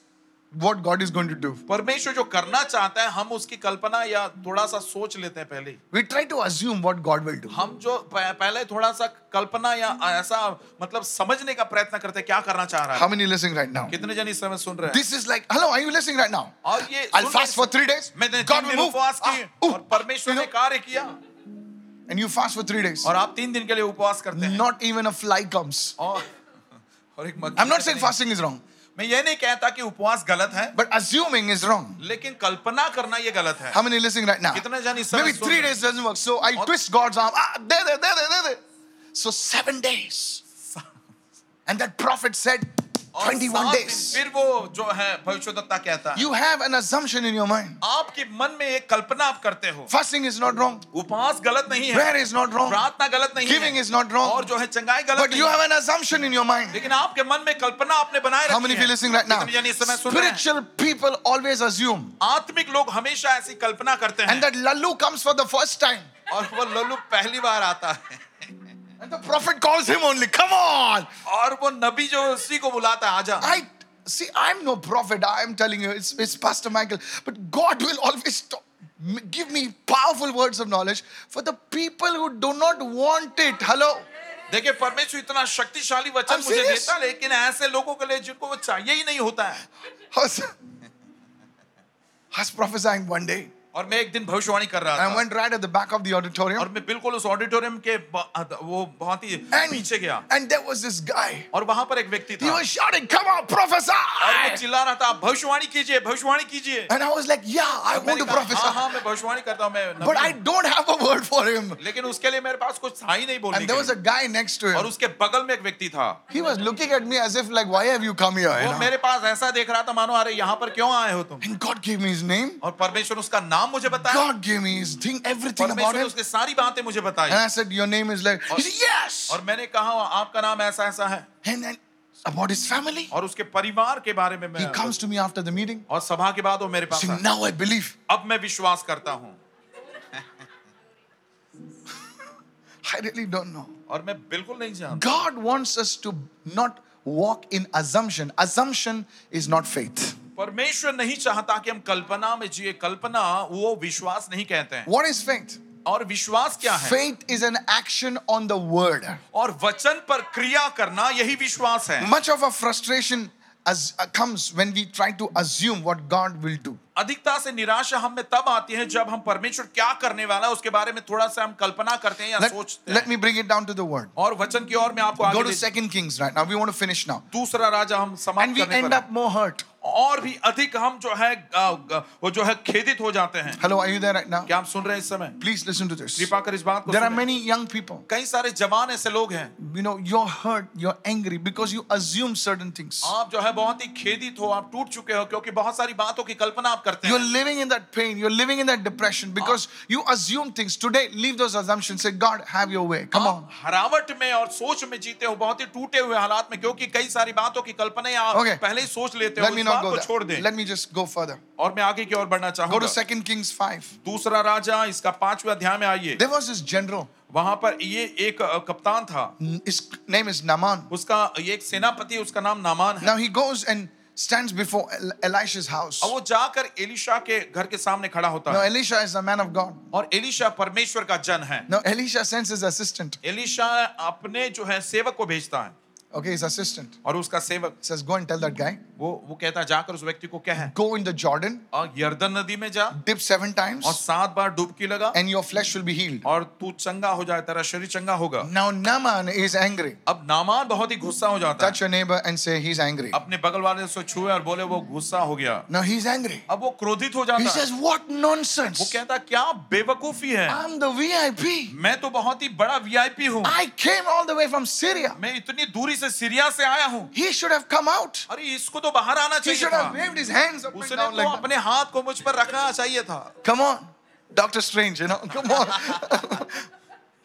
what God is going to do. परमेश्वर जो करना चाहता है हम उसकी कल्पना या थोड़ा सा सोच लेते हैं पहले ही We try to assume what God will do. हम जो प- पहले थोड़ा सा कल्पना या ऐसा मतलब समझने का प्रयत्न करते हैं क्या करना चाह रहा How है many listening right now? कितने जन इस समय सुन रहे हैं This is like, hello, are you listening right now? और ये I'll सुन रहे fast for three days. मैंने God तीन will दिन move. उपवास किए Ah, ooh, और परमेश्वर you know, ने कार्य किया and you fast for three days. और आप तीन दिन के लिए उपवास करते हैं Not even a fly comes. और और एक मक्खी I'm not तक saying नहीं। fasting is wrong, मैं ये नहीं कहता कि उपवास गलत है but assuming is wrong. लेकिन कल्पना करना ये गलत है How many listening right now? कितने जन इस समय Maybe सुन three रहे हैं? days doesn't work. So I और- twist God's arm. Ah, there, there, there, there, there, there. So seven days. And that prophet said, और 21 सात दिन days. फिर वो जो है भविष्यवक्ता कहता है You have an assumption in your mind. आपके मन में एक कल्पना आप करते हो Fasting is not wrong. उपवास गलत नहीं है Prayer is not wrong. प्रार्थना गलत नहीं Giving है is not wrong. और जो है चंगाई गलत But नहीं you है have an assumption in your mind. लेकिन आपके मन में कल्पना आपने बनाए How रखी many of है you listening right now? कितने जन इस समय सुन रहे हैं Spiritual people always assume. आत्मिक लोग हमेशा ऐसी कल्पना करते And हैं that Lalu comes for the first time. और वो लल्लू पहली बार आता है And the prophet calls him only. Come on. और वो नबी जो है, उसी को बुलाता है आजा I see, I'm no prophet. I'm telling you, it's, it's Pastor Michael. But God will always talk, m- give me powerful words of knowledge for the people who do not want it. Hello. देखिए परमेश्वर इतना शक्तिशाली वचन I'm मुझे serious. देता है, लेकिन ऐसे लोगों के लिए जिनको वो चाहिए ही नहीं होता है I was, I was prophesying one day. और मैं एक दिन भविष्यवाणी कर रहा I था went right at the back of the और auditorium. मैं बिल्कुल उस ऑडिटोरियम के ब- वो बहुत ही पीछे गया and there was this guy. और वहां पर एक व्यक्ति He था was shouting, Come on, और वो prophesy! चिल्ला रहा था "आप भविष्यवाणी कीजिए भविष्यवाणी कीजिए And I was like, Yeah, I want to मैंने कहा, हाँ हाँ prophesy. मैं भविष्यवाणी करता हूँ मैं But Nabi I don't have a word for him. हूँ। लेकिन उसके लिए मेरे पास कुछ था ही नहीं बोलने And there के was a लिए guy next to और him. उसके बगल में एक व्यक्ति था He was looking at me as if, like, why have you come here? you वो know? मेरे पास ऐसा देख रहा था मानो अरे यहाँ पर क्यों आए हो तुम And God gave me his name. और परमेश्वर उसका नाम मुझे बताया God gave me his thing, everything about परमेश्वर ने him. उसकी सारी बातें मुझे And बताई I said, Your name is like, he said, Yes! और मैंने कहा आपका नाम ऐसा ऐसा है And then about his family. और उसके परिवार के बारे में He मैं comes to me after the meeting. और सभा के बाद वो मेरे पास Saying, आया। Now I believe. अब मैं विश्वास करता हूँ I really don't know. और मैं बिल्कुल नहीं जानता God wants us to not walk in assumption. Assumption is not faith. परमेश्वर नहीं चाहता कि हम कल्पना में जिए कल्पना वो विश्वास नहीं कहते हैं What is faith? और विश्वास क्या है Faith is an action on the word. और वचन पर क्रिया करना यही विश्वास है Much of our frustration as, uh, comes when we try to assume what God will do. अधिकता से निराशा हम में तब आती है जब हम परमेश्वर क्या करने वाला है उसके बारे में थोड़ा सा हम कल्पना करते हैं या Let, सोचते let हैं me bring it down to the word. और वचन की ओर मैं आपको Go आगे to ले- Second Kings right now. We want to finish now. दूसरा राजा हम And समाप्त we करने end पर up more hurt. हैं। और भी अधिक हम जो है अ, अ, वो जो है खेदित हो जाते हैं Hello, are you there right now? क्या हम सुन रहे हैं इस समय Please listen to this. कृपा कर इस बात को There are सुनें। many young people. कई सारे जवान ऐसे लोग हैं You know, you're hurt, you're angry because you assume certain things. आप जो है बहुत ही खेदित हो आप टूट चुके हो क्योंकि बहुत सारी बातों की कल्पना आप करते You're हैं living in that pain. You're living in that depression because you assume things. Today, leave those assumptions. Say, God, have your way. Come आप on. हरावट में और सोच में जीते हो बहुत ही टूटे हुए हालात में क्योंकि कई सारी बातों की कल्पना आप Okay. पहले ही सोच लेते हो Let me इस not बात go को छोड़ there. दें Let me just go further. और मैं आगे की ओर बढ़ना Go to चाहूंगा Second Kings 5. दूसरा राजा इसका पांचवा अध्याय में आइए There was this general. वहां पर ये एक अ, कप्तान था His name is Naaman. उसका ये एक सेनापति उसका नाम नामान है Now he goes and stands before El- Elisha's house. और वो जाकर एलिशा के घर के सामने खड़ा होता Now है Elisha is a man of God. और एलिशा परमेश्वर का जन है Now Elisha sends his assistant. Elisha अपने जो है सेवक को भेजता है Okay, his assistant और उसका सेवक says, Go and tell that guy, वो वो कहता है जाकर उस व्यक्ति को कह go in the Jordan, और यर्दन नदी में जा dip seven और times, सात बार डुबकी लगा and your flesh will be healed. और तू चंगा हो जाए तेरा शरीर चंगा होगा Now Naaman is angry. अब नामान बहुत ही गुस्सा हो जाता है Touch your neighbor and say, He's angry. अपने बगल वाले से छुए और बोले वो गुस्सा हो गया Now he's angry. अब वो क्रोधित हो He जाता है says, What वो nonsense! कहता क्या बेवकूफी है I'm the VIP. मैं तो बहुत ही बड़ा वीआईपी हूँ I came all the way from Syria. मैं इतनी दूरी से सीरिया से आया हूँ He should have come out. अरे इसको तो बाहर आना He चाहिए should have था waved his hands up and उसने down तो like that. अपने हाथ को मुझ पर रखना चाहिए था Come on, Doctor Strange, you know, come on.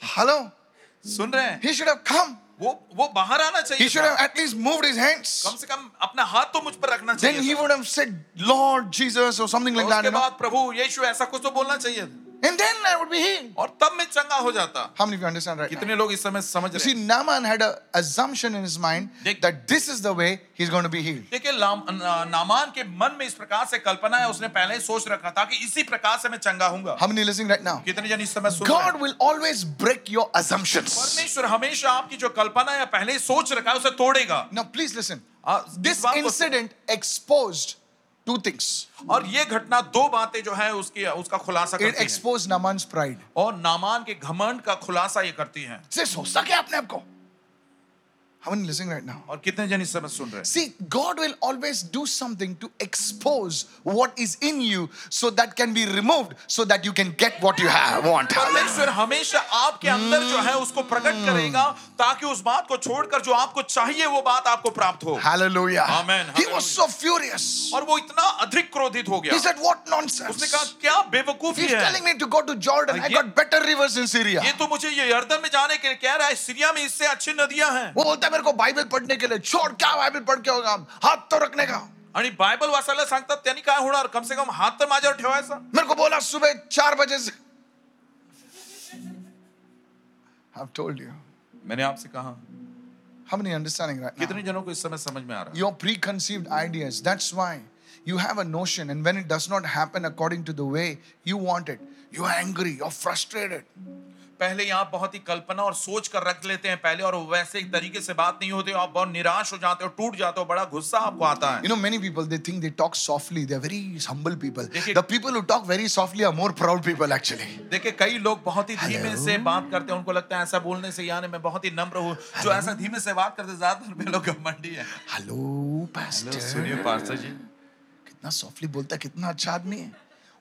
Hello, सुन रहे हैं he should have come. वो वो बाहर आना He चाहिए should था। have at least moved his come hands. से कम अपना हाथ तो मुझ पर रखना Then चाहिए he था। would have said, Lord Jesus, or something और like that. उसके You know? बाद प्रभु यीशु ऐसा कुछ तो बोलना चाहिए था। And then I would be healed. और तब मैं चंगा हो जाता How many of you understand right now? कितने लोग इस समय समझ You रहे see, हैं Naaman had an assumption in his mind Dek- that this is the way he's going to be healed. देखिए लाम- ना- नामान के मन में इस प्रकार से कल्पना है उसने पहले ही सोच रखा था कि इसी प्रकार से मैं चंगा हूंगा How many listening right now? कितने जन इस समय सुन रहे हैं? हाँ। God will always break your assumptions. परमेश्वर हमेशा आपकी जो कल्पना या पहले ही सोच रखा है उसे तोड़ेगा Now, please listen. आ, इस This बात को- incident exposed two things और ये घटना दो बातें जो है उसकी उसका खुलासा it करती है exposed Naaman's pride. और नामान के घमंड का खुलासा ये करती है सिर्फ सोचता क्या अपने आप को How many listening right now? और कितने जन इस समय सुन रहे हैं See, God will always do something to expose what is in you so that can be removed so that you can get what you have want. परमेश्वर हमेशा आपके अंदर जो है उसको प्रकट Hmm. करेगा ताकि उस बात को छोड़कर जो आपको चाहिए वो बात आपको प्राप्त हो हाँ। Hallelujah. Amen. He was so furious. और वो इतना अधिक क्रोधित हो गया He said, What उसने nonsense? कहा क्या बेवकूफी He's है telling me to go to Jordan. I ये- got better rivers in Syria. ये तो मुझे ये यर्दन में जाने के लिए कह रहा है सीरिया में इससे अच्छी नदियां हैं वो बोलता है मेरे को बाइबल पढ़ने के लिए छोड़ क्या बाइबल पढ़ के होगा हाथ तो रखने का आणि बायबल वाचायला सांगतात त्यांनी काय होणार कम से कम हात तर माझ्यावर ठेवायचा मेरे को बोला सुबह चार बजे से I've told you. मैंने आपसे कहा How many understanding right now? कितने जनों को इस समय समझ में आ रहा है Your preconceived ideas. That's why you have a notion, and when it does not happen according to the way you want it, you are angry, you're frustrated. पहले ही आप बहुत ही कल्पना और सोच कर रख लेते हैं पहले और वैसे एक तरीके से बात नहीं होती आप बहुत निराश हो जाते हो टूट जाते हो बड़ा गुस्सा आपको आता है You know, many people they think they talk softly. They're very humble people. देखिए- The people who talk very softly are more proud people, actually. देखिए कई लोग बहुत ही धीमे Hello? से बात करते हैं उनको लगता है ऐसा बोलने से यानी मैं बहुत ही नम्र हूँ जो ऐसा धीमे से बात करते हैं, ज्यादातर वे लोग घमंडी है Hello, pastor. सुनिए पार्सा जी कितना सॉफ्टली बोलता है कितना अच्छा आदमी है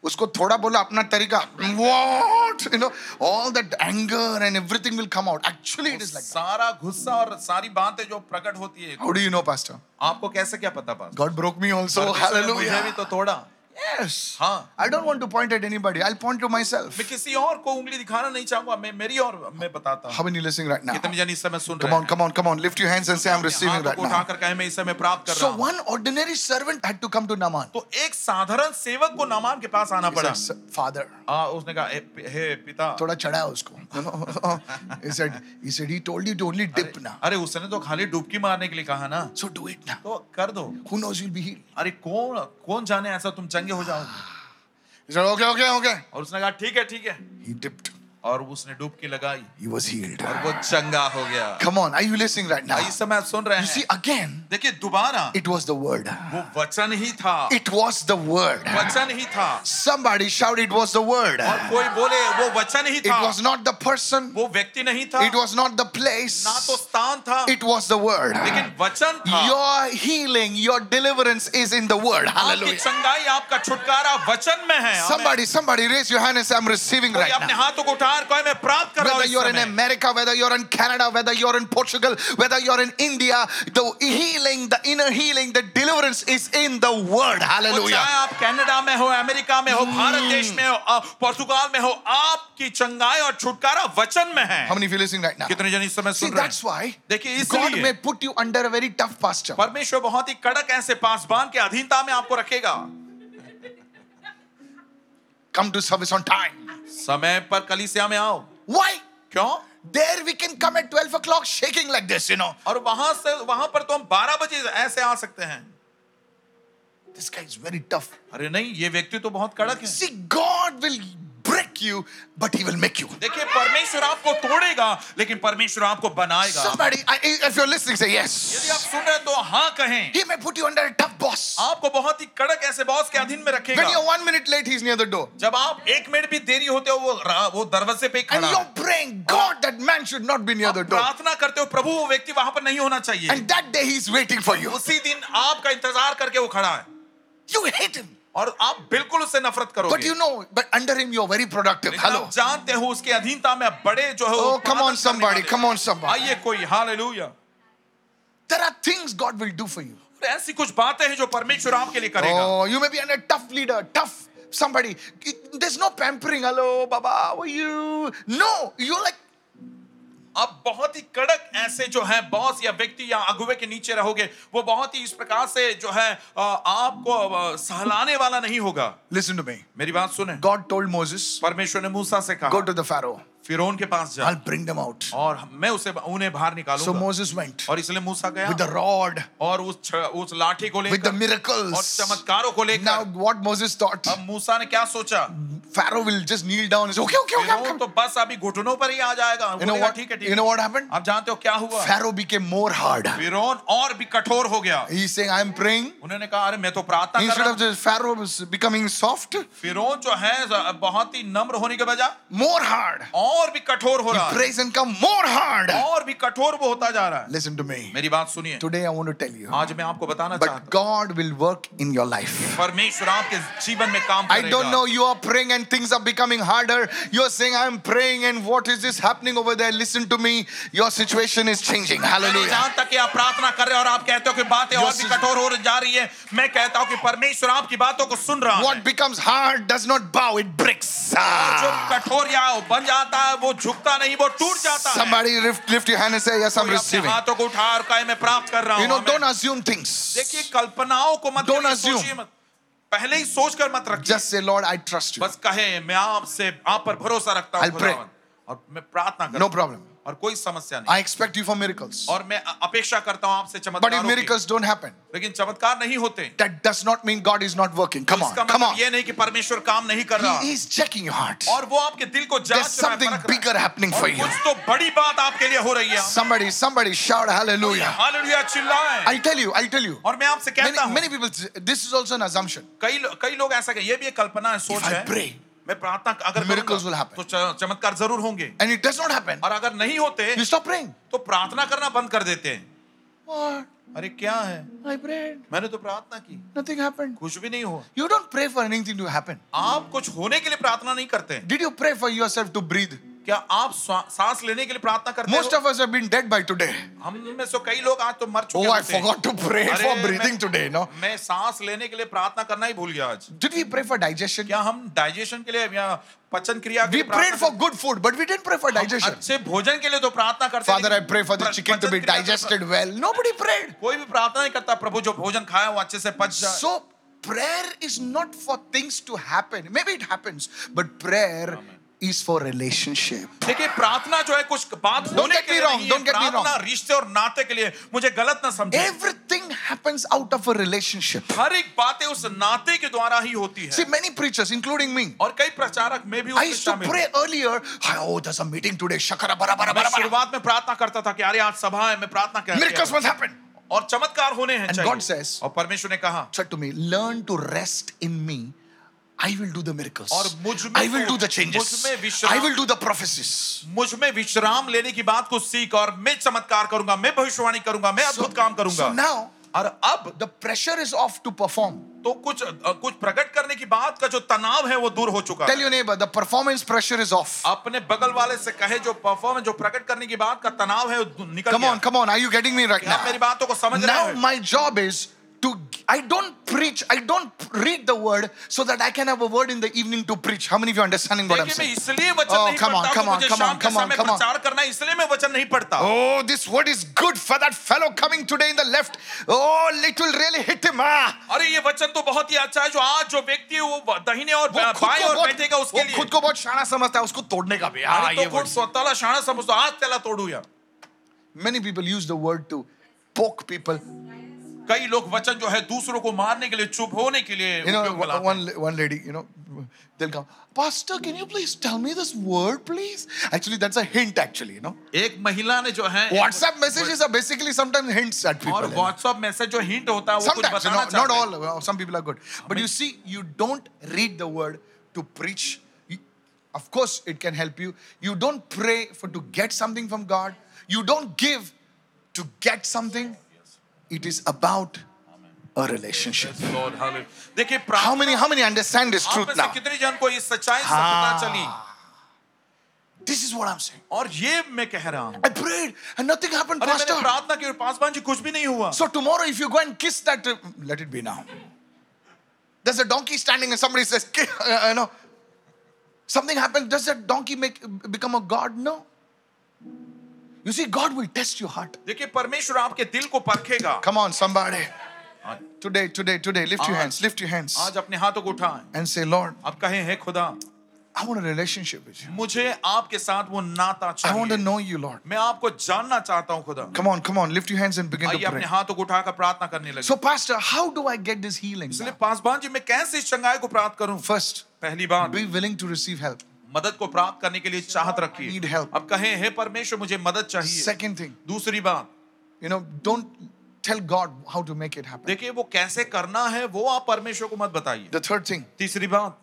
उसको थोड़ा बोला अपना तरीका what you know all that anger and everything will come out actually it is like that. सारा गुस्सा और सारी बातें जो प्रकट होती है how do you know pastor आपको कैसे क्या पता पास god broke me also मुझे hallelujah भी तो तोड़ा yes हाँ। i don't want to point at anybody i'll point to myself मैं किसी और को उंगली दिखाना नहीं चाहूंगा मैं मेरी और मैं बताता हूँ how many listening right now कितने जन इस समय सुन रहे come on हैं come on come on lift your hands and say i'm receiving हाथ right को now उठाकर कहे मैं इस समय प्राप्त कर so रहा हूँ one ordinary servant had to come to naman तो एक साधारण सेवक को नामान के पास आना He पड़ा said, "Sir, father आ, उसने कहा "हे पि- हे पिता थोड़ा चढ़ा उसको you know? he said he said he told you to only dip now अरे उसने तो खाली डुबकी मारने के लिए कहा ना so do it now तो कर दो who knows you'll be healed अरे कौन कौन जाने ऐसा तुम चंगे हो जाओ He said, okay, okay, okay. और उसने कहा ठीक है ठीक है He dipped. और उसने डुबकी लगाई He was healed. और वो चंगा हो गया Come on, are you listening right now? आ, इस समय आप सुन रहे You see, हैं again, देखिए दोबारा it was the word. वो वचन ही था It was the word. वचन ही था Somebody shout, it was the word. और कोई बोले वो वचन ही It था was not the person, वो व्यक्ति नहीं था it was not the ना तो place, स्थान था it was the word. लेकिन वचन था Your healing, your deliverance is in the word. आपकी Hallelujah. चंगाई आपका छुटकारा वचन में है आमीन। Somebody, somebody raise your hand and say, I'm receiving कोई right अपने now. हाथों को उठा कोई मैं प्राप्त कर रहा हूं Whether इस you're in समय। America, whether you're in Canada, whether you're in Portugal, whether you're in India, the healing, the inner healing, the deliverance is in the word. वो Hallelujah. Mm. चाहे आप कनाडा में हो अमेरिका में हो भारत देश में हो अ, पोर्तुगाल में हो आपकी चंगाई और छुटकारा वचन में है How many of you listening right now? कितने जन इस समय See, सुन रहे that's हैं why देखिए God may इसलिए put you under a very tough pastor. परमेश्वर बहुत ही कड़क ऐसे पासबान के अधीनता में आपको रखेगा Come to service on time. समय पर कलीसिया में आओ Why? क्यों There we can come at 12 o'clock shaking like this, you know. और वहां से वहां पर तो हम 12 बजे ऐसे आ सकते हैं This guy is very tough. अरे नहीं ये व्यक्ति तो बहुत कड़क है See, God will break you, but He will make you. देखिए परमेश्वर आपको तोड़ेगा लेकिन परमेश्वर आपको बनाएगा Somebody, I, if you're listening, say यदि आप yes. सुन रहे हैं तो हाँ कहें He may put you under a tough boss. आपको बहुत ही कड़क ऐसे बॉस के अधीन में When you're रखेगा one minute late, he's near the door. जब आप एक मिनट भी देरी होते हो वो रा- वो दरवाजे पे ही And खड़ा है। you're praying, God, that man should not be near आप the door. प्रार्थना करते हो प्रभु वो व्यक्ति वहां पर नहीं होना चाहिए And that day he's waiting for you. उसी दिन आपका इंतजार करके वो खड़ा है You hate him. और आप बिल्कुल उससे नफरत But करोगे you know, but under him you're very productive. लेकिन Hello. आप जानते हो उसके अधीनता में आप बड़े जो है Oh, come on, उत्पादन करने somebody. वाले। Come on, somebody. आइए कोई hallelujah There are things God will do for you. और ऐसी कुछ बातें हैं जो परमेश्वर आपके लिए करेगा Oh, you may be under a tough leader, tough somebody. There's no pampering. Hello, Baba, how are you? No, you're like, आप बहुत ही कड़क ऐसे जो है बॉस या व्यक्ति या अगुवे के नीचे रहोगे वो बहुत ही इस प्रकार से जो है अ, आपको अ, सहलाने वाला नहीं होगा Listen to me. मेरी बात सुने God told Moses, परमेश्वर ने मूसा से Go कहा to the Pharaoh, फिरौन के पास जा I'll bring them out. और मैं उसे उन्हें बाहर So निकालूंगा Moses went और इसलिए मूसा with the गया rod, और उस छ- उस लाठी को with the लेकर और miracles. चमत्कारों को Now, लेकर what Moses thought, अब मूसा ने क्या सोचा Pharaoh will just kneel down and say, Okay, okay, okay, I'll फिरौन come. तो बस अभी घुटनों पर ही आ जाएगा You know बोलेगा, what? ठीक है You ठीक know है what happened? आप जानते हो क्या हुआ Pharaoh became more hard. फिरौन और भी कठोर हो गया He's saying, I'm praying. उन्होंने कहा अरे मैं तो प्रार्थना कर Instead रहा of हूं the Pharaoh was becoming soft, फिरौन जो है ज- बहुत ही नम्र होने के बजाय more hard. और भी कठोर हो रहा है Praise and come more hard. और भी कठोर वो होता जा रहा है Listen to me. मेरी बात सुनिए Today I want to tell you. आज मैं आपको बताना चाहता तो- But हूं God will work in your life. परमेश्वर आपके जीवन में काम I don't करेगा know, you are praying and things are becoming harder. You're saying, I'm praying and what is this happening over there? Listen to me. Your situation is changing. Hallelujah. जहां तक कि आप प्रार्थना कर रहे हो और आप कहते हो कि बातें और Yes, भी sir. कठोर हो जा रही है मैं कहता हूं कि परमेश्वर आपकी बातों को सुन रहा है What becomes hard does not bow, it breaks. जो Ah. कठोर या बन जाता है वो झुकता नहीं वो टूट जाता है Somebody lift, lift your hand and say, Yes, I'm कोई अपने receiving. हाथों को उठा और कहे मैं प्राप्त कर रहा You know, हूँ don't assume things. देखिए कल्पनाओं को मत Don't करिए, assume. सोचिए मत पहले ही सोच कर मत रखिए Just say, Lord, I trust you. बस कहे मैं आपसे आप पर भरोसा रखता हूँ I'll pray. खुदावन और मैं प्रार्थना No करता हूं problem. और कोई समस्या नहीं I expect you for miracles. और मैं अ- अपेक्षा करता हूँ आपसे But if चमत्कार miracles don't happen, लेकिन चमत्कार नहीं होते तो that does not mean God is not working. Come on, इसका come on. मतलब ये नहीं कि परमेश्वर काम नहीं कर रहा He is checking your heart. और वो आपके दिल को There's जांच रहा है, something परख रहा है। bigger happening और for you. कुछ तो बड़ी बात आपके लिए हो रही है Somebody, somebody shout hallelujah. हालेलुया चिल्लाए I'll tell you, I'll tell you. और मैं आपसे कहता Many, हूँ many people, this is also an assumption. कई लो- कई लोग ऐसा कहें, ये भी एक कल्पना है सोच If I है pray, मैं प्रार्थना अगर miracles करूंगा, will happen. तो च- चमत्कार जरूर होंगे And it does not happen. और अगर नहीं होते You stop praying. तो प्रार्थना करना बंद कर देते हैं What? अरे क्या है I prayed. मैंने तो प्रार्थना की Nothing happened. कुछ भी नहीं हुआ You don't pray for anything to happen. आप कुछ होने के लिए प्रार्थना नहीं करते हैं। Did you pray for yourself to breathe? क्या आप स्वा- सांस लेने के लिए प्रार्थना करते Most हो of us have been dead by today. हम में से कई लोग आज तो मर चुके Oh, I होते हैं। forgot to pray अरे, for breathing today, no? मैं सांस लेने के लिए प्रार्थना करना ही भूल गया आज Did we pray for digestion? क्या हम डाइजेशन के लिए या पचन क्रिया के We लिए prayed प्रार्थना for good food, but we didn't pray for हम digestion. अच्छे भोजन के लिए तो प्रार्थना करते हैं, Father, I लेकिन pray for the प्र- chicken to पचन be क्रिया के लिए digested well. Nobody prayed. कोई भी प्रार्थना नहीं करता प्रभु जो भोजन खाया वो अच्छे से पच जाए So, prayer is not for things to happen. Maybe it happens, but prayer is for relationship. देखिए प्रार्थना जो है कुछ बात Don't होने get के me लिए wrong, नहीं don't है, get me wrong. प्रार्थना रिश्ते और नाते के लिए मुझे गलत ना समझे Everything happens out of a relationship. हर एक बातें उस नाते के द्वारा ही होती See, है many preachers, including me, और कई प्रचारक में भी I उसमें used to शामिल pray हूं। earlier. Oh, there's a meeting today. Shakara bara bara मैं bara bara. शुरुआत में प्रार्थना करता था कि अरे आज सभा है मैं प्रार्थना कर Miracles must happen. और चमत्कार होने हैं And चाहिए God says- और परमेश्वर ने कहा said to me, Learn to rest in me. I will do the miracles. और मुझ में I will को- do the मुझ changes. में विश्राम- I will do the prophecies. मुझ में विश्राम लेने की बात को सीख और मैं चमत्कार करूंगा मैं भविष्यवाणी करूंगा मैं So, अद्भुत काम so करूंगा now और अब the pressure is off to perform. तो कुछ कुछ प्रकट करने की बात का जो तनाव है वो दूर हो चुका Tell है your neighbor the performance pressure is off. अपने बगल वाले से कहे जो परफॉर्मेंस जो प्रकट करने की बात का तनाव है वो दू- निकल Come गया। on, come on. Are you getting me right क्या आप मेरी now? बातों को समझ रहे Now हैं my job is to I don't preach, I don't read the word so that I can have a word in the evening to preach. How many of you are understanding what I'm देखिए मैं saying? इसलिए वचन Oh, नहीं come on, पढ़ता come हूं on, मुझे come शाम on, के come on, समय come on. प्रचार करना है इसलिए मैं वचन नहीं पढ़ता Oh, this word is good for that fellow coming today in the left. Oh, it will really hit him. Ah. अरे ये वचन तो बहुत ही अच्छा है जो आज जो व्यक्ति है वो दहिने और वो खुद बाएं को और बहुत- बैठेगा उसके वो लिए खुद को बहुत शाना समझता है उसको तोड़ने का भी अरे हाँ, तो ये खुद स्वतःला शाणा समझतो आज त्याला तोडूया many people use the word to poke people कई लोग वचन जो है दूसरों को मारने के लिए चुप होने के लिए यू उपयोग नो में लाते हैं। One one lady you know दिल come pastor can you please tell me this word please actually that's a hint actually you know एक महिला ने जो है WhatsApp messages are basically sometimes hints at और पीपल व्हाट्सएप मैसेज जो hint होता है वो कुछ sometimes you बताना know, चाहते not हैं। all some people are good but you see you don't read the word to preach You- of course it can help you you don't pray for to get something from god you don't give to get something it is about a relationship Yes, Lord, hallelujah. देखिए how प्रार्थना many how many understand this आप में truth से now कितने जन को ये सच्चाई से हाँ। पता चली this is what i'm saying और ये मैं कह रहा हूँ i prayed and nothing happened अरे pastor मैंने प्रार्थना की और पासवान जी कुछ भी नहीं हुआ so tomorrow if you go and kiss that uh, let it be now there's a donkey standing and somebody says "Ki- uh, uh, no something happens does that donkey make become a god no You see, God will test your heart. देखिए परमेश्वर आपके दिल को परखेगा Come on, somebody. आज, Today, today, today, lift your Amen. hands, lift your hands आज अपने हाथों को उठाएं and say, Lord, आप कहें हे खुदा I want a relationship with you. मुझे आपके साथ वो नाता I want to चाहिए know you, Lord. मैं आपको जानना चाहता हूँ खुदा Come on, come on, lift your hands and begin आइए to pray. अपने हाथों को उठाकर प्रार्थना करने लगे So, Pastor, how do I get this healing? इसलिए पासवान जी मैं कैसे इस चंगाई को प्राप्त करूं First, पहली बात be willing to receive help. मदद को प्राप्त करने के लिए चाहत रखिए Need help. अब कहें हे परमेश्वर मुझे मदद चाहिए Second thing, दूसरी बात you know, don't tell God how to make it happen. देखिए वो कैसे करना है वो आप परमेश्वर को मत बताइए The third thing, तीसरी बात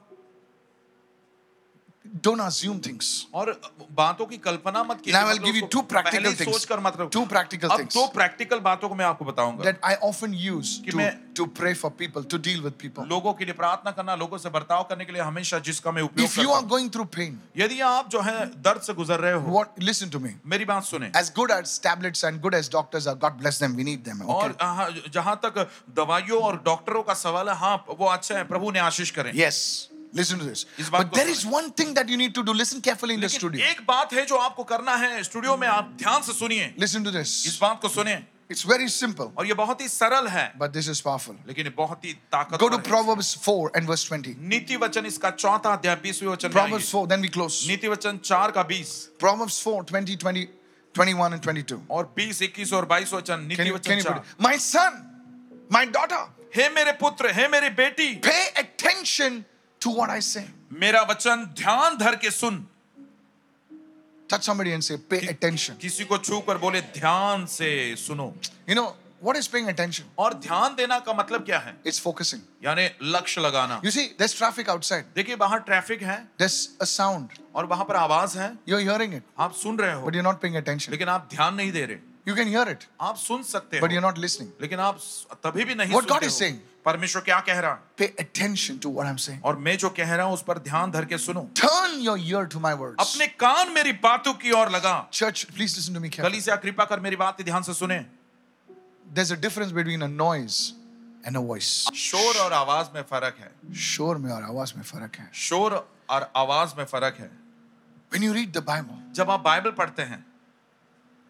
don't assume things. और बातों की कल्पना मत कीजिए Now I'll मतलब give you उसको two practical पहले things. सोच कर मत रखो Two practical अब things. दो प्रैक्टिकल बातों को मैं आपको बताऊंगा That I often use कि to, मैं- to pray for people, to deal with people. लोगों के लिए प्रार्थना करना लोगों से बर्ताव करने के लिए हमेशा जिसका मैं उपयोग If you करता are हूं। going through pain, यदि आप जो है दर्द से गुजर रहे हो what? Listen to me. मेरी बात सुने As good as tablets and good as doctors are, God bless them. We need them. Okay. और हाँ, जहाँ तक दवाइयों और डॉक्टरों का सवाल है हाँ वो अच्छा है प्रभु ने आशीष करें Yes. Listen to this. इस बात But को there is सुनें। one thing that you need to do. Listen carefully in the लेकिन studio. एक बात है जो आपको करना है स्टूडियो में आप ध्यान से सुनिए Listen to इस this. बात को सुने It's very simple, और ये बहुत ही सरल है but this is powerful. लेकिन ये बहुत ही Go to ताकतवर है Proverbs 4 and verse 20. नीति वचन इसका चौथा अध्याय बीसवें वचन में Proverbs आइए। 4, then we close. नीति वचन चार का बीस Proverbs 4, 20, 20, 21, and 22. और बीस इक्कीस और बाईस Can वचन नीति you, can वचन you put it? चार My son, my daughter, हे मेरे पुत्र हे मेरी बेटी pay attention to what I say. मेरा वचन ध्यान धर के सुन Touch somebody and say, pay attention. किसी को छू कर बोले ध्यान से सुनो You know, what is paying attention? और ध्यान देना का मतलब क्या है It's focusing. यानी लक्ष्य लगाना You see, there's traffic outside, देखिए बाहर ट्रैफिक है there's a sound. और वहां पर आवाज है You're hearing it, आप सुन रहे हो but you're not paying attention. लेकिन आप ध्यान नहीं दे रहे You can hear it, आप सुन सकते but हो you're not listening. लेकिन आप स- तभी भी नहीं What God सुनते is saying? हो परमेश्वर क्या कह रहा है Pay attention to what I'm saying. और मैं जो कह रहा हूं उस पर ध्यान धर के सुनो Turn your ear to my words. अपने कान मेरी बातों की ओर लगा Church, please listen to me carefully. कलीसिया कृपा कर मेरी बात ध्यान से सुने There's a difference between a noise and a voice. शोर और आवाज में फर्क है शोर में और आवाज में फर्क है शोर और आवाज में फर्क है When you read the Bible, जब आप बाइबल पढ़ते हैं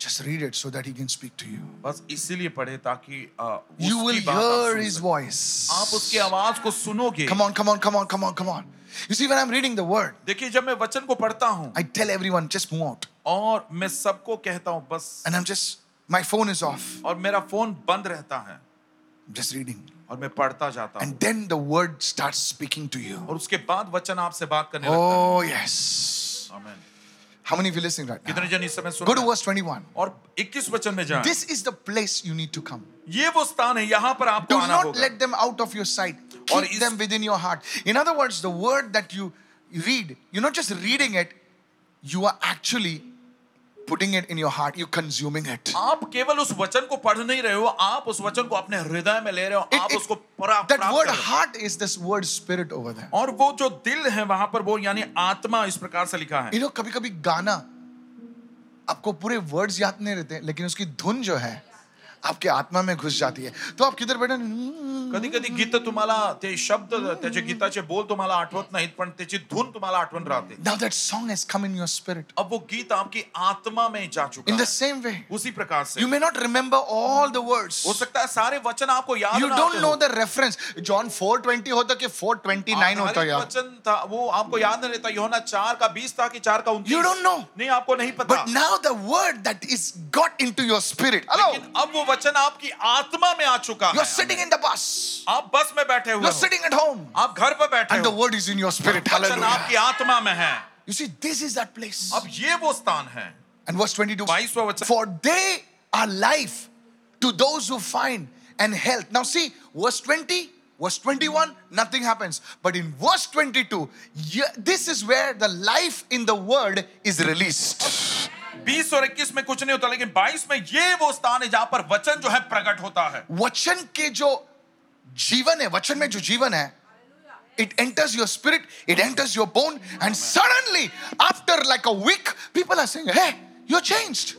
just read it so that he can speak to you. बस इसीलिए पढ़े ताकि आ, You will उसकी बात आप hear सुन his सकें। आप उसकी voice. आवाज को सुनोगे Come on, come on, come on, come on, come on. You see, when I'm reading the word, देखिए जब मैं वचन को पढ़ता हूँ I tell everyone, just move out. और मैं सबको कहता हूँ बस And I'm just, my phone is off. और मेरा फोन बंद रहता है I'm just reading. और मैं पढ़ता जाता हूँ And then the word starts speaking to you. और उसके बाद वचन आपसे बात करने लगता है Oh, yes. Amen. How many of you are listening right now? कितने जन इस समय सुन Go to रहे हैं? verse 21. और 21 वचन में जाए This is the place you need to come. ये वो स्थान है यहाँ पर Do आपको आना not होगा let them out of your sight. और Keep इस- them within your heart. In other words, the word that you read, you're not just reading it, you are actually putting it in your heart. You're consuming it. आप केवल उस वचन को पढ़ नहीं रहे हो आप उस वचन को अपने हृदय में ले रहे हो It- आप it- उसको परा- that प्राप्त word कर रहे हो। heart is this word spirit over there. और वो जो दिल है वहां पर वो यानी आत्मा इस प्रकार से लिखा है You know, कभी कभी गाना आपको पूरे वर्ड्स याद नहीं रहते लेकिन उसकी धुन जो है आपके आत्मा में घुस जाती है तो आप किधर बैठे "हम्म, कधी कधी गीत तुम्हाला ते शब्द त्याचे गीताचे बोल तुम्हाला आठवत नाहीत पण त्याची धून तुम्हाला आठवण राहते now that song has come in your spirit अब वो गीत आपकी आत्मा में जा चुका in the है same way उसी प्रकार से you may not remember all the words हो सकता है सारे वचन आपको याद you ना don't आते know हो। the reference जॉन 420 होता कि 429 आप- हर होता एक यार वचन था वो आपको याद नहीं रहता योना चार का बीस था कि चार का उन्तीस You don't know. नहीं आपको नहीं पता but now the word that is got into your spirit hello लेकिन अब वो वचन आपकी आत्मा में आ चुका है you're sitting in the bus आप बस में बैठे हुए you're हो sitting at home आप घर पर बैठे and the हो word is in your spirit वचन आपकी hallelujah आत्मा में है you see this is that place अब ये वो स्थान है and verse 22 22वां वचन for they are life to those who find and health now see verse 20 verse 21 nothing happens but in verse 22 yeah, this is where the life in the word is released 20 और 21 में कुछ नहीं होता लेकिन 22 में ये वो स्थान है जहां पर वचन जो है प्रकट होता है वचन के जो जीवन है वचन में जो जीवन है it enters your spirit it enters your bone and suddenly after like a week people are saying hey you're changed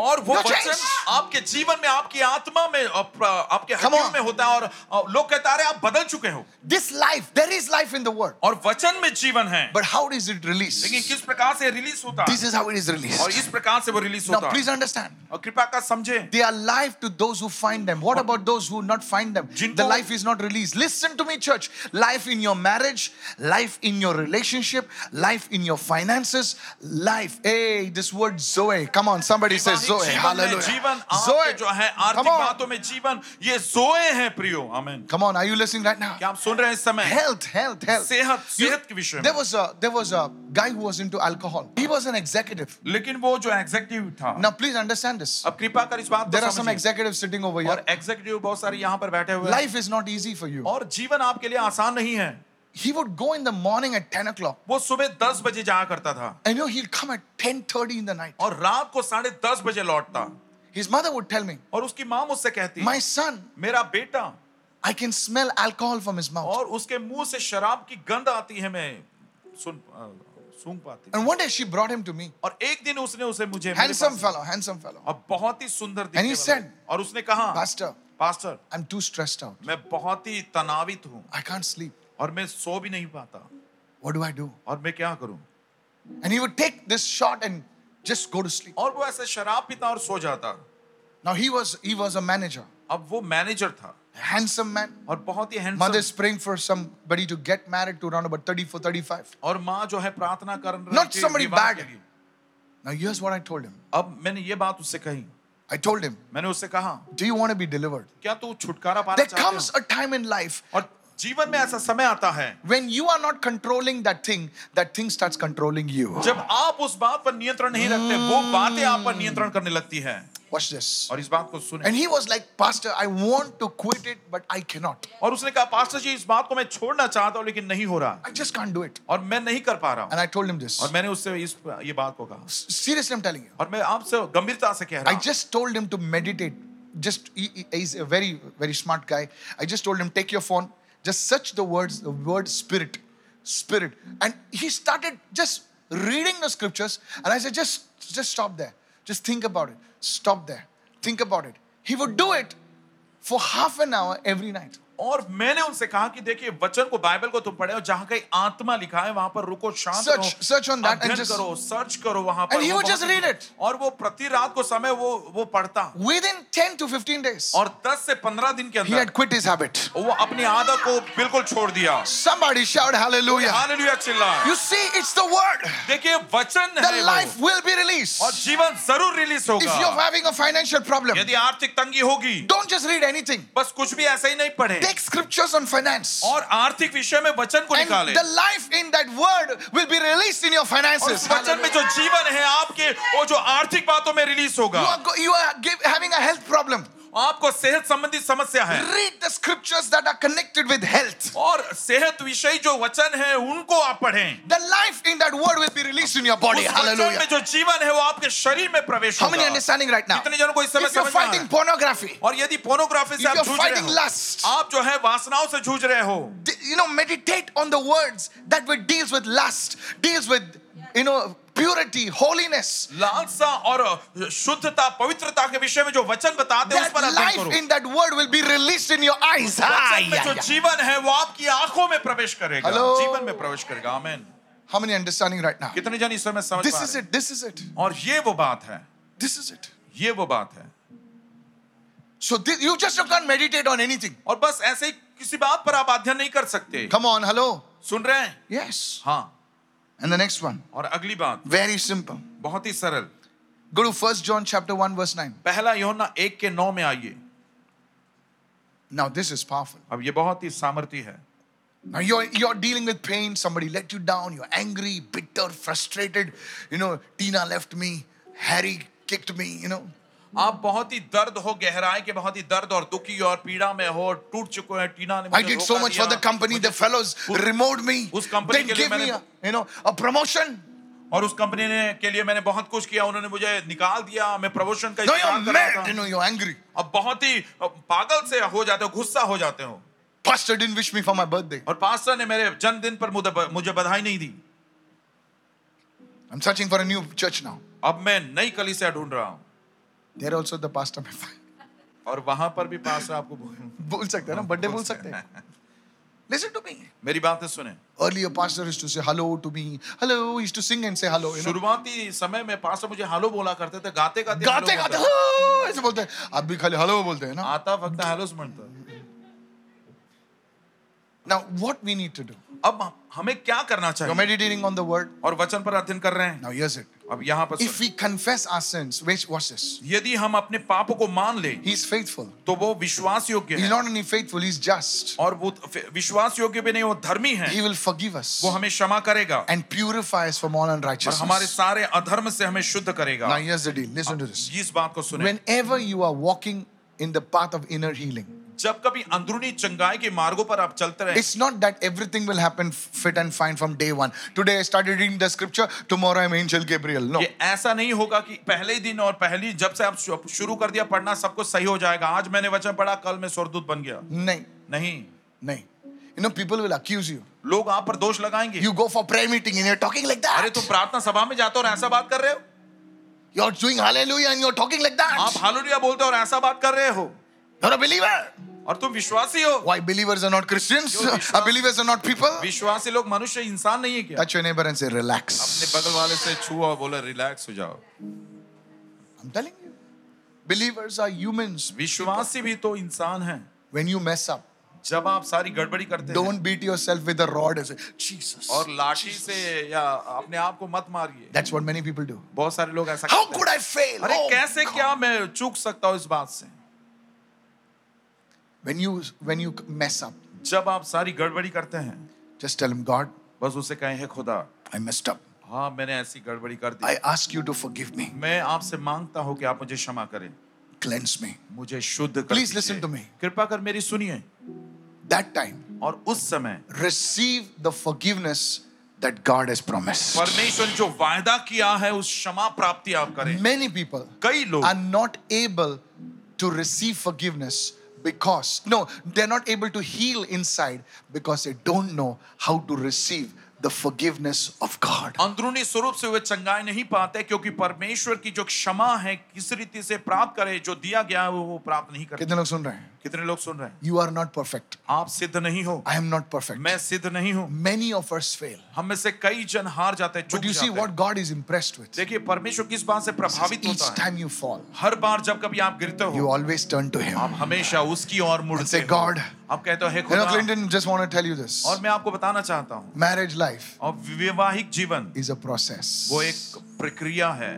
और वो Your वचन change. आपके जीवन में आपकी आत्मा में आप- आपके Come हड्डियों on. में होता है और और लोग कहता रहे आप बदल चुके हो This life, there is life in the word. और वचन में जीवन है But how is it released? लेकिन किस प्रकार से रिलीज होता है This is how it is और released. इस प्रकार से वो रिलीज Now, होता है please understand. और कृपा का समझे They are life to those who find them. What about those who not find them? जिनको- The life is not released. Listen to me, church. Life in your marriage, life in your relationship, life in your finances, life. Hey, this word Zoe. Come on, somebody says जीवन Zoe. में Hallelujah. जीवन Zoe. आपके जो है Come आर्थिक on. बातों में जीवन ये जोए है प्रियो आमेन Come on, are you listening right now? क्या आप सुन रहे हैं इस समय Health, health, health. सेहत सेहत के विषय There में was a there was a guy who was into alcohol. He was an executive. लेकिन वो जो एग्जेक्टिव था Now please understand this. अब कृपा कर इस बात There को are some समझिए executives sitting over here. और एग्जेक्टिव बहुत सारे यहाँ पर बैठे हुए हैं Life is not easy for you. और जीवन आपके लिए आसान नहीं है He would go in the morning at 10 o'clock. वो सुबह दस बजे जाया करता था And you know, he'll come at 10.30 in the night. और रात को साढ़े दस बजे लौटता His mother would tell me, और उसकी माँ मुझसे कहती my son, मेरा बेटा I can smell alcohol from his mouth. और उसके मुंह से शराब की गंध आती है मैं सुन अ, सूंघ पाती And one day she brought him to me. और एक दिन उसने उसे मुझे मेरे Handsome पास- fellow, handsome fellow. और बहुत ही सुंदर And he दिखने वाला said, है। और उसने कहा Pastor, pastor I'm too stressed out. मैं बहुत ही तनावित हूँ I can't sleep. और मैं सो भी नहीं पाता What do I do? और मैं क्या करूं And he would take this shot and just go to sleep. और वो ऐसे शराब पीता और सो जाता Now he was he was a manager, अब वो मैनेजर था a handsome man. और बहुत ही handsome Mother's praying for somebody to get married to around about 34, 35. और माँ जो है प्रार्थना कर रही Not थी somebody विवाह bad. के लिए। Now here's what I told him. अब मैंने ये बात उससे कही I told him, मैंने उससे कहा Do you want to be delivered? क्या तू छुटकारा पाना There चाहता है comes a time in life और जीवन में ऐसा समय आता है when you are not controlling that thing, that thing starts controlling you. जब आप उस बात पर नियंत्रण नहीं रखते वो Hmm. बातें आप पर नियंत्रण करने लगती हैं Watch this. और इस बात को सुने And he was like, Pastor, I want to quit it, but I cannot. और उसने कहा पास्टर जी इस बात को मैं छोड़ना चाहता हूँ लेकिन नहीं हो रहा I just can't do it. और मैं नहीं कर पा रहा हूँ And I told him this. और मैंने उससे इस ये बात को कहा Seriously, I'm telling you. और मैं आपसे गंभीरता से कह रहा I हूँ just told him to meditate. Just he, he- he's a very, very smart guy. I just told him, take your phone, just search the words, the word spirit, spirit. And he started just reading the scriptures. And I said, just, just stop there. Just think about it. Stop there. Think about it. He would do it for half an hour every night. और मैंने उनसे कहा कि देखिए वचन को Bible को तुम पढ़े और जहाँ कहीं आत्मा लिखा है वहां पर रुको शांत Search- रहो, search on that and अध्ययन just- करो सर्च करो वहां पर And he वो would just बहुत- read it. और वो प्रति रात को समय वो वो पढ़ता Within 10 to 15 days, और 10 से 15 दिन के he अंदर had quit his habit. वो अपनी आदत को बिल्कुल छोड़ दिया Somebody shout hallelujah. हालेलुया चिल्ला You see, it's the word. देखिए वचन है The life वो, will be released. और जीवन जरूर रिलीज If you're होगा having a financial problem, यदि आर्थिक तंगी होगी don't just read anything. बस कुछ भी ऐसा ही नहीं पढ़े Take scriptures on finance. और आर्थिक विषय में वचन को And निकाले the life in that word will be released in your और finances. उस वचन में जो जीवन है आपके वो जो आर्थिक बातों में रिलीज होगा You are, go- you are give, having a health problem. आपको सेहत संबंधी समस्या है Read the scriptures that are connected with health. और सेहत विषय जो वचन है उनको आप पढ़ें The life in that word will be released in your body. उस वचन Hallelujah. में जो जीवन है वो आपके शरीर में प्रवेश How many होगा understanding right now? कितने जनों को इस समय If you're समझ में आ रहा fighting है? pornography, और यदि पोर्नोग्राफी से if आप you're जूझ रहे fighting हो lust, आप जो है वासनाओं से जूझ रहे हो d- you know meditate on the words that will deals with lust deals with you know purity holiness लालसा और शुद्धता पवित्रता के विषय में जो वचन बताते हैं उस that पर अध्ययन life करो in that word will be released in your eyes Ah, वचन में yeah, जो yeah. जीवन है वो आपकी आंखों में प्रवेश करेगा Hello? जीवन में प्रवेश करेगा आमेन how many understanding right now कितने जन इस समय समझ this पा is रहे हैं? it this is it और ये वो बात है this is it ये वो बात है so thi- you just can't meditate on anything और बस ऐसे ही किसी बात पर आप अध्ययन नहीं कर सकते come on hello सुन रहे हैं yes हाँ and the next one और अगली बात very simple बहुत ही सरल go to first john chapter 1 verse 9 पहला योना एक के नौ में आइए now this is powerful अब ये बहुत ही सामर्थ्य है Now you're you're dealing with pain. Somebody let you down. You're angry, bitter, frustrated. You know, Tina left me. Harry kicked me. You know, आप बहुत ही दर्द हो गहराई के बहुत ही दर्द और दुखी और पीड़ा में हो टूट चुके हैं टीना ने I मुझे did धोखा so much for the दिया, company. The fellows removed me. उस company Then के लिए give me a, मैंने- you know a promotion. और उस कंपनी ने के लिए मैंने बहुत कुछ किया उन्होंने मुझे निकाल दिया मैं प्रमोशन का Now इंतजार you're कर रहा mad. You था। know you're angry. अब बहुत ही पागल से हो जाते हो गुस्सा हो जाते हो Pastor didn't wish me for my birthday. और पास्टर ने मेरे जन्मदिन पर मुझे मुझे बधाई नहीं दी I'm searching for a new church now. अब मैं नई कलीसिया ढूंढ रहा हूँ There also the pastor may find. और वहां पर भी पास आपको बोल- बोल सकते हैं ना बर्थडे बोल सकते हैं Listen to me. मेरी बातें सुने Earlier, pastor used to say hello to me. Hello, he used to sing and say hello. You know? शुरुआती समय में पास्टर मुझे हेलो बोला करते थे गाते गाते गाते गाते "Hello!" ऐसे बोलते हैं अब भी खाली हेलो बोलते हैं ना आता वक्त हेलोस बनता Now, what we need to do? अब हमें क्या करना You're चाहिए meditating on the word. और वचन पर अध्ययन कर रहे हैं Now, here's it. अब यहाँ पर If सुने। we confess our sins, which watch this. यदि हम अपने पापों को मान ले He's faithful. तो वो विश्वास योग्य He's है not only faithful, he's just. और वो विश्वास योग्य भी नहीं वो धर्मी है He will forgive us वो हमें क्षमा करेगा and purify us from all और हमारे unrighteousness. सारे अधर्म से हमें शुद्ध करेगा Now, here's the deal. Listen to this. इस बात को सुने Whenever you are walking in the path of inner healing, जब कभी अंदरूनी चंगाई के मार्गों पर आप चलते रहे It's not that everything will happen fit and fine from day one. Today I started reading the scripture, tomorrow I'm Angel Gabriel. No. ये ऐसा नहीं होगा कि पहले ही दिन और पहली जब से आप शु- शुरू कर दिया पढ़ना सब कुछ सही हो जाएगा आज मैंने वचन पढ़ा कल मैं स्वर्गदूत बन गया Nay, नहीं nay. You know, people will accuse you. लोग आप पर दोष लगाएंगे You go for prayer meeting and you're talking like अरे that. तुम प्रार्थना सभा में जाते हो और ऐसा बात कर रहे हो You're doing hallelujah and you're talking like आप that. हालेलुया बोलते हो और ऐसा बात कर रहे हो You're a believer. और तुम विश्वासी हो Why believers are not Christians? Yo, Vishwas- Are believers are not people? विश्वासी लोग मनुष्य इंसान नहीं है क्या Touch your neighbor and say, अपने relax. बगल वाले से छू और बोला रिलैक्स हो जाओ I'm telling you. Believers are humans. विश्वासी भी तो इंसान है When you mess up, जब आप सारी गड़बड़ी करते हैं don't beat yourself with a rod and say, Jesus. और लाठी से या अपने आप को मत मारिए That's what many people do. बहुत सारे लोग ऐसा How करते हैं could I fail? अरे Oh, कैसे क्या मैं चूक सकता हूँ इस बात से When you when you mess up, जब आप सारी गड़बड़ी करते हैं just tell him, God, बस उसे कहें हे खुदा I messed up. हाँ मैंने ऐसी गड़बड़ी कर दी I ask you to forgive me. मैं आपसे मांगता हूँ कि आप मुझे क्षमा करें Cleanse me. मुझे शुद्ध कर Please दीजिए। listen to me. कृपा कर मेरी सुनिए That time, और उस समय receive the forgiveness that God has promised. परमेश्वर ने जो वायदा किया है उस क्षमा प्राप्ति आप करें Many people कई लोग are not able to receive forgiveness because no, they're not able to heal inside because they don't know how to receive the forgiveness of God. अंदरूनी स्वरूप से वे चंगाई नहीं पाते क्योंकि परमेश्वर की जो क्षमा है किस रीति से प्राप्त करे जो दिया गया है वो वो प्राप्त नहीं करते कितने लोग सुन रहे हैं? कितने लोग सुन रहे हैं You are not perfect. आप सिद्ध नहीं हो I am not perfect. मैं सिद्ध नहीं हूँ Many of us fail. हम में से कई जन हार जाते हैं But चूक you see जाते हैं what God is impressed with. देखिए परमेश्वर किस बात से प्रभावित Each होता है time you fall, हर बार जब कभी आप गिरते you हो always turn to Him. आप हमेशा उसकी ओर मुड़ते say, हो "God." आप कहते हो हे You know, खुदा Clinton, just want to tell you this और मैं आपको बताना चाहता हूँ marriage life और वैवाहिक जीवन is a process. वो एक प्रक्रिया है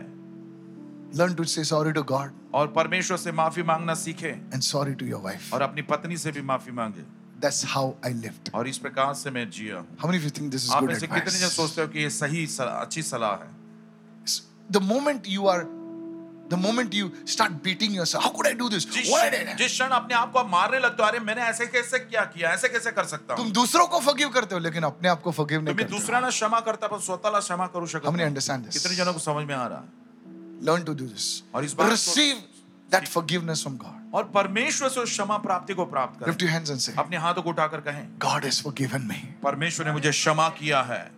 Learn to say sorry to God और परमेश्वर से माफी मांगना सीखे and sorry to your wife. और अपनी पत्नी से भी माफी मांगे That's how I lived. और इस प्रकार से मैं जिया हूं। How many of you think this is आप good में से कितने जन advice? सोचते हो कि ये सही सलाह- अच्छी सलाह है The moment you are, the moment you start beating yourself, how could I do this? जिस Why did क्षण- I? जिस क्षण अपने आप को आप मारने लगते हो अरे मैंने ऐसे कैसे क्या किया ऐसे कैसे कर सकता हूँ तुम दूसरों को forgive करते हो लेकिन अपने आप को forgive नहीं तुम्हें करते हो. दूसरा ना क्षमा करता पर स्वतःला क्षमा करू शकत How many नाही। understand this? कितने जनों को समझ में आ रहा है Learn to do this. और इस बात को- Receive that forgiveness from God. और परमेश्वर से उस क्षमा प्राप्ति को प्राप्त करें Lift your hands and say, अपने हाथों को उठाकर कहें God has forgiven me. परमेश्वर ने मुझे क्षमा किया है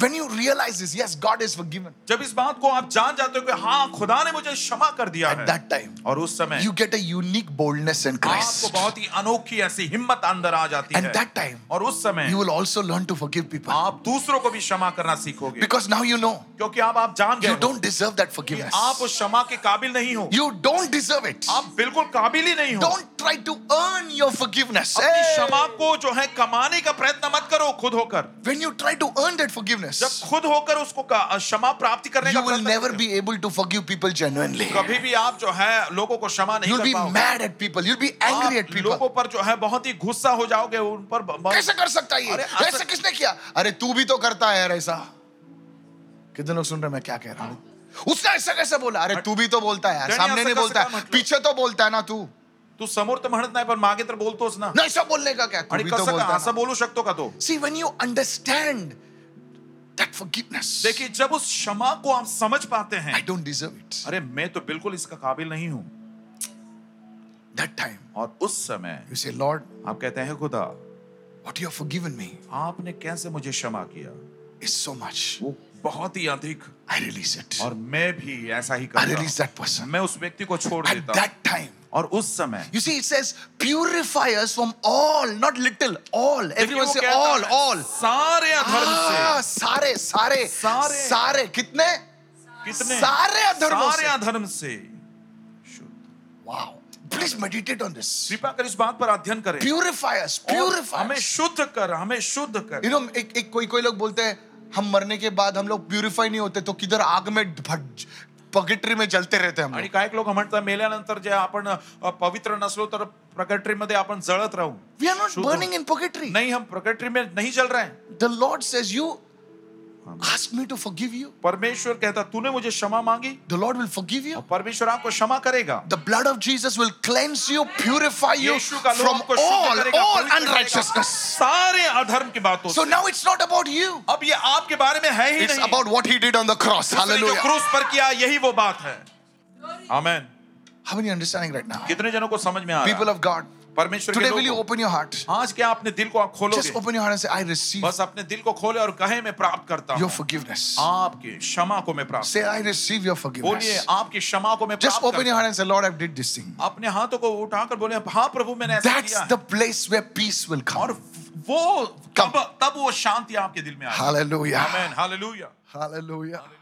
When you realize this, yes, God has forgiven. जब इस बात को आप जान जाते हो कि हाँ खुदा ने मुझे क्षमा कर दिया At है that time, और उस समय you get a unique boldness in आपको Christ. बहुत ही अनोखी ऐसी हिम्मत अंदर आ जाती And है that time, और उस समय You will also learn to forgive people. आप दूसरों को भी क्षमा करना सीखोगे Because now you know क्योंकि आप आप जान गए you हो don't deserve that कि forgiveness. आप उस क्षमा के काबिल नहीं हो You don't deserve it. आप बिल्कुल काबिल ही नहीं हो Don't try to earn your forgiveness. अपनी Hey! क्षमा को जो है कमाने का प्रयत्न मत करो खुद होकर When you try to earn that forgiveness, जब खुद होकर उसको का- क्षमा प्राप्ति करने का you will प्रयत्न never करो। be able to forgive people genuinely. कभी भी आप जो है लोगों को क्षमा नहीं You'll कर be पाओगे mad at people. You'll be angry at आप लोगों people. पर जो है बहुत ही गुस्सा हो जाओगे उन पर ब- ब- कैसे कर सकता है ये? अरे, तो- ऐसा- ऐसा किसने किया अरे तू भी तो करता है यार ऐसा कितने लोग सुन रहे हैं मैं क्या कह रहा हूँ उसने ऐसा कैसे बोला अरे तू भी तो बोलता है यार डैनी, सामने नहीं ऐसा कैसे बोलता क्या है मतलब? पीछे तो बोलता है ना तू तू समोर तर म्हणत नाही पण मागे तर बोलतोस ना नाही असं बोलने का क्या तू आणि भी तो कसं का बोलता असं है बोलू शकतो का तो See, when you understand that forgiveness, देखिए जब उस क्षमा को आप समझ पाते I हैं don't deserve it. अरे मैं तो बिल्कुल इसका काबिल नहीं हूँ That time, और उस समय you say, Lord, आप कहते हैं खुदा what you have forgiven me आपने कैसे मुझे क्षमा किया is so much. वो बहुत ही अधिक I release it. और मैं भी ऐसा ही I करता release हूं। that person. मैं उस व्यक्ति को छोड़ At देता हूं that time. और उस समय You see, it says, purify us from all, not little, all. Everyone say all, all. सारे अधर्म Ah, से सारे, सारे, सारे। सारे. कितने? कितने सारे अधर्मों सारे से। अधर्म से शुद्ध। Wow. Please meditate on this. कृपा कर इस बात पर अध्ययन करें Purify us, और purify हमें us. शुद्ध कर हमें शुद्ध कर यू नो एक एक कोई कोई लोग बोलते हैं हम मरने के बाद हम लोग प्यूरिफाई नहीं होते तो किधर आग में पगेटरी में जलते रहते हम आणि लोग काही लोक म्हणतात मेल्यानंतर जे आपण अ, पवित्र नसलो तर प्रकटरीमध्ये आपण जळत राहू वी आर नॉट शुद्ध होऊ. बर्निंग इन पगेटरी नहीं हम प्रकटरी में नहीं जल रहे हैं द लॉर्ड सेज यू हाँ, ask me to forgive you परमेश्वर कहता तूने मुझे क्षमा मांगी the lord will forgive you परमेश्वर आपको क्षमा करेगा The blood of Jesus will cleanse you, purify you यीशु का लोग from आपको शुद्ध all, करेगा, all पवित्र करेगा। unrighteousness. सारे अधर्म की बातों So से now it's not about you. अब ये आपके बारे में है ही It's नहीं about what he did on the cross. उसने जो Hallelujah. क्रूस पर किया यही वो बात है amen How many are understanding right now? कितने जनों को समझ में आ रहा People है? of God, परमेश्वर के today will you लोगों को। open your heart? आज क्या अपने दिल को आप Just खोलोगे open your heart and say, I receive बस अपने दिल को खोले और कहे मैं प्राप्त करता your हूँ forgiveness. Ah. आपके क्षमा को मैं प्राप्त Say, I receive your बोलिए forgiveness. आपकी क्षमा को मैं Just प्राप्त open your करता heart and say, Lord, I did this thing. हूं। अपने हाथों को उठाकर बोले हाँ प्रभु मैंने ऐसा That's किया the है। place where peace will और come. वो तब तब वो शांति आपके दिल में आएगी Hallelujah. Amen hallelujah Hallelujah.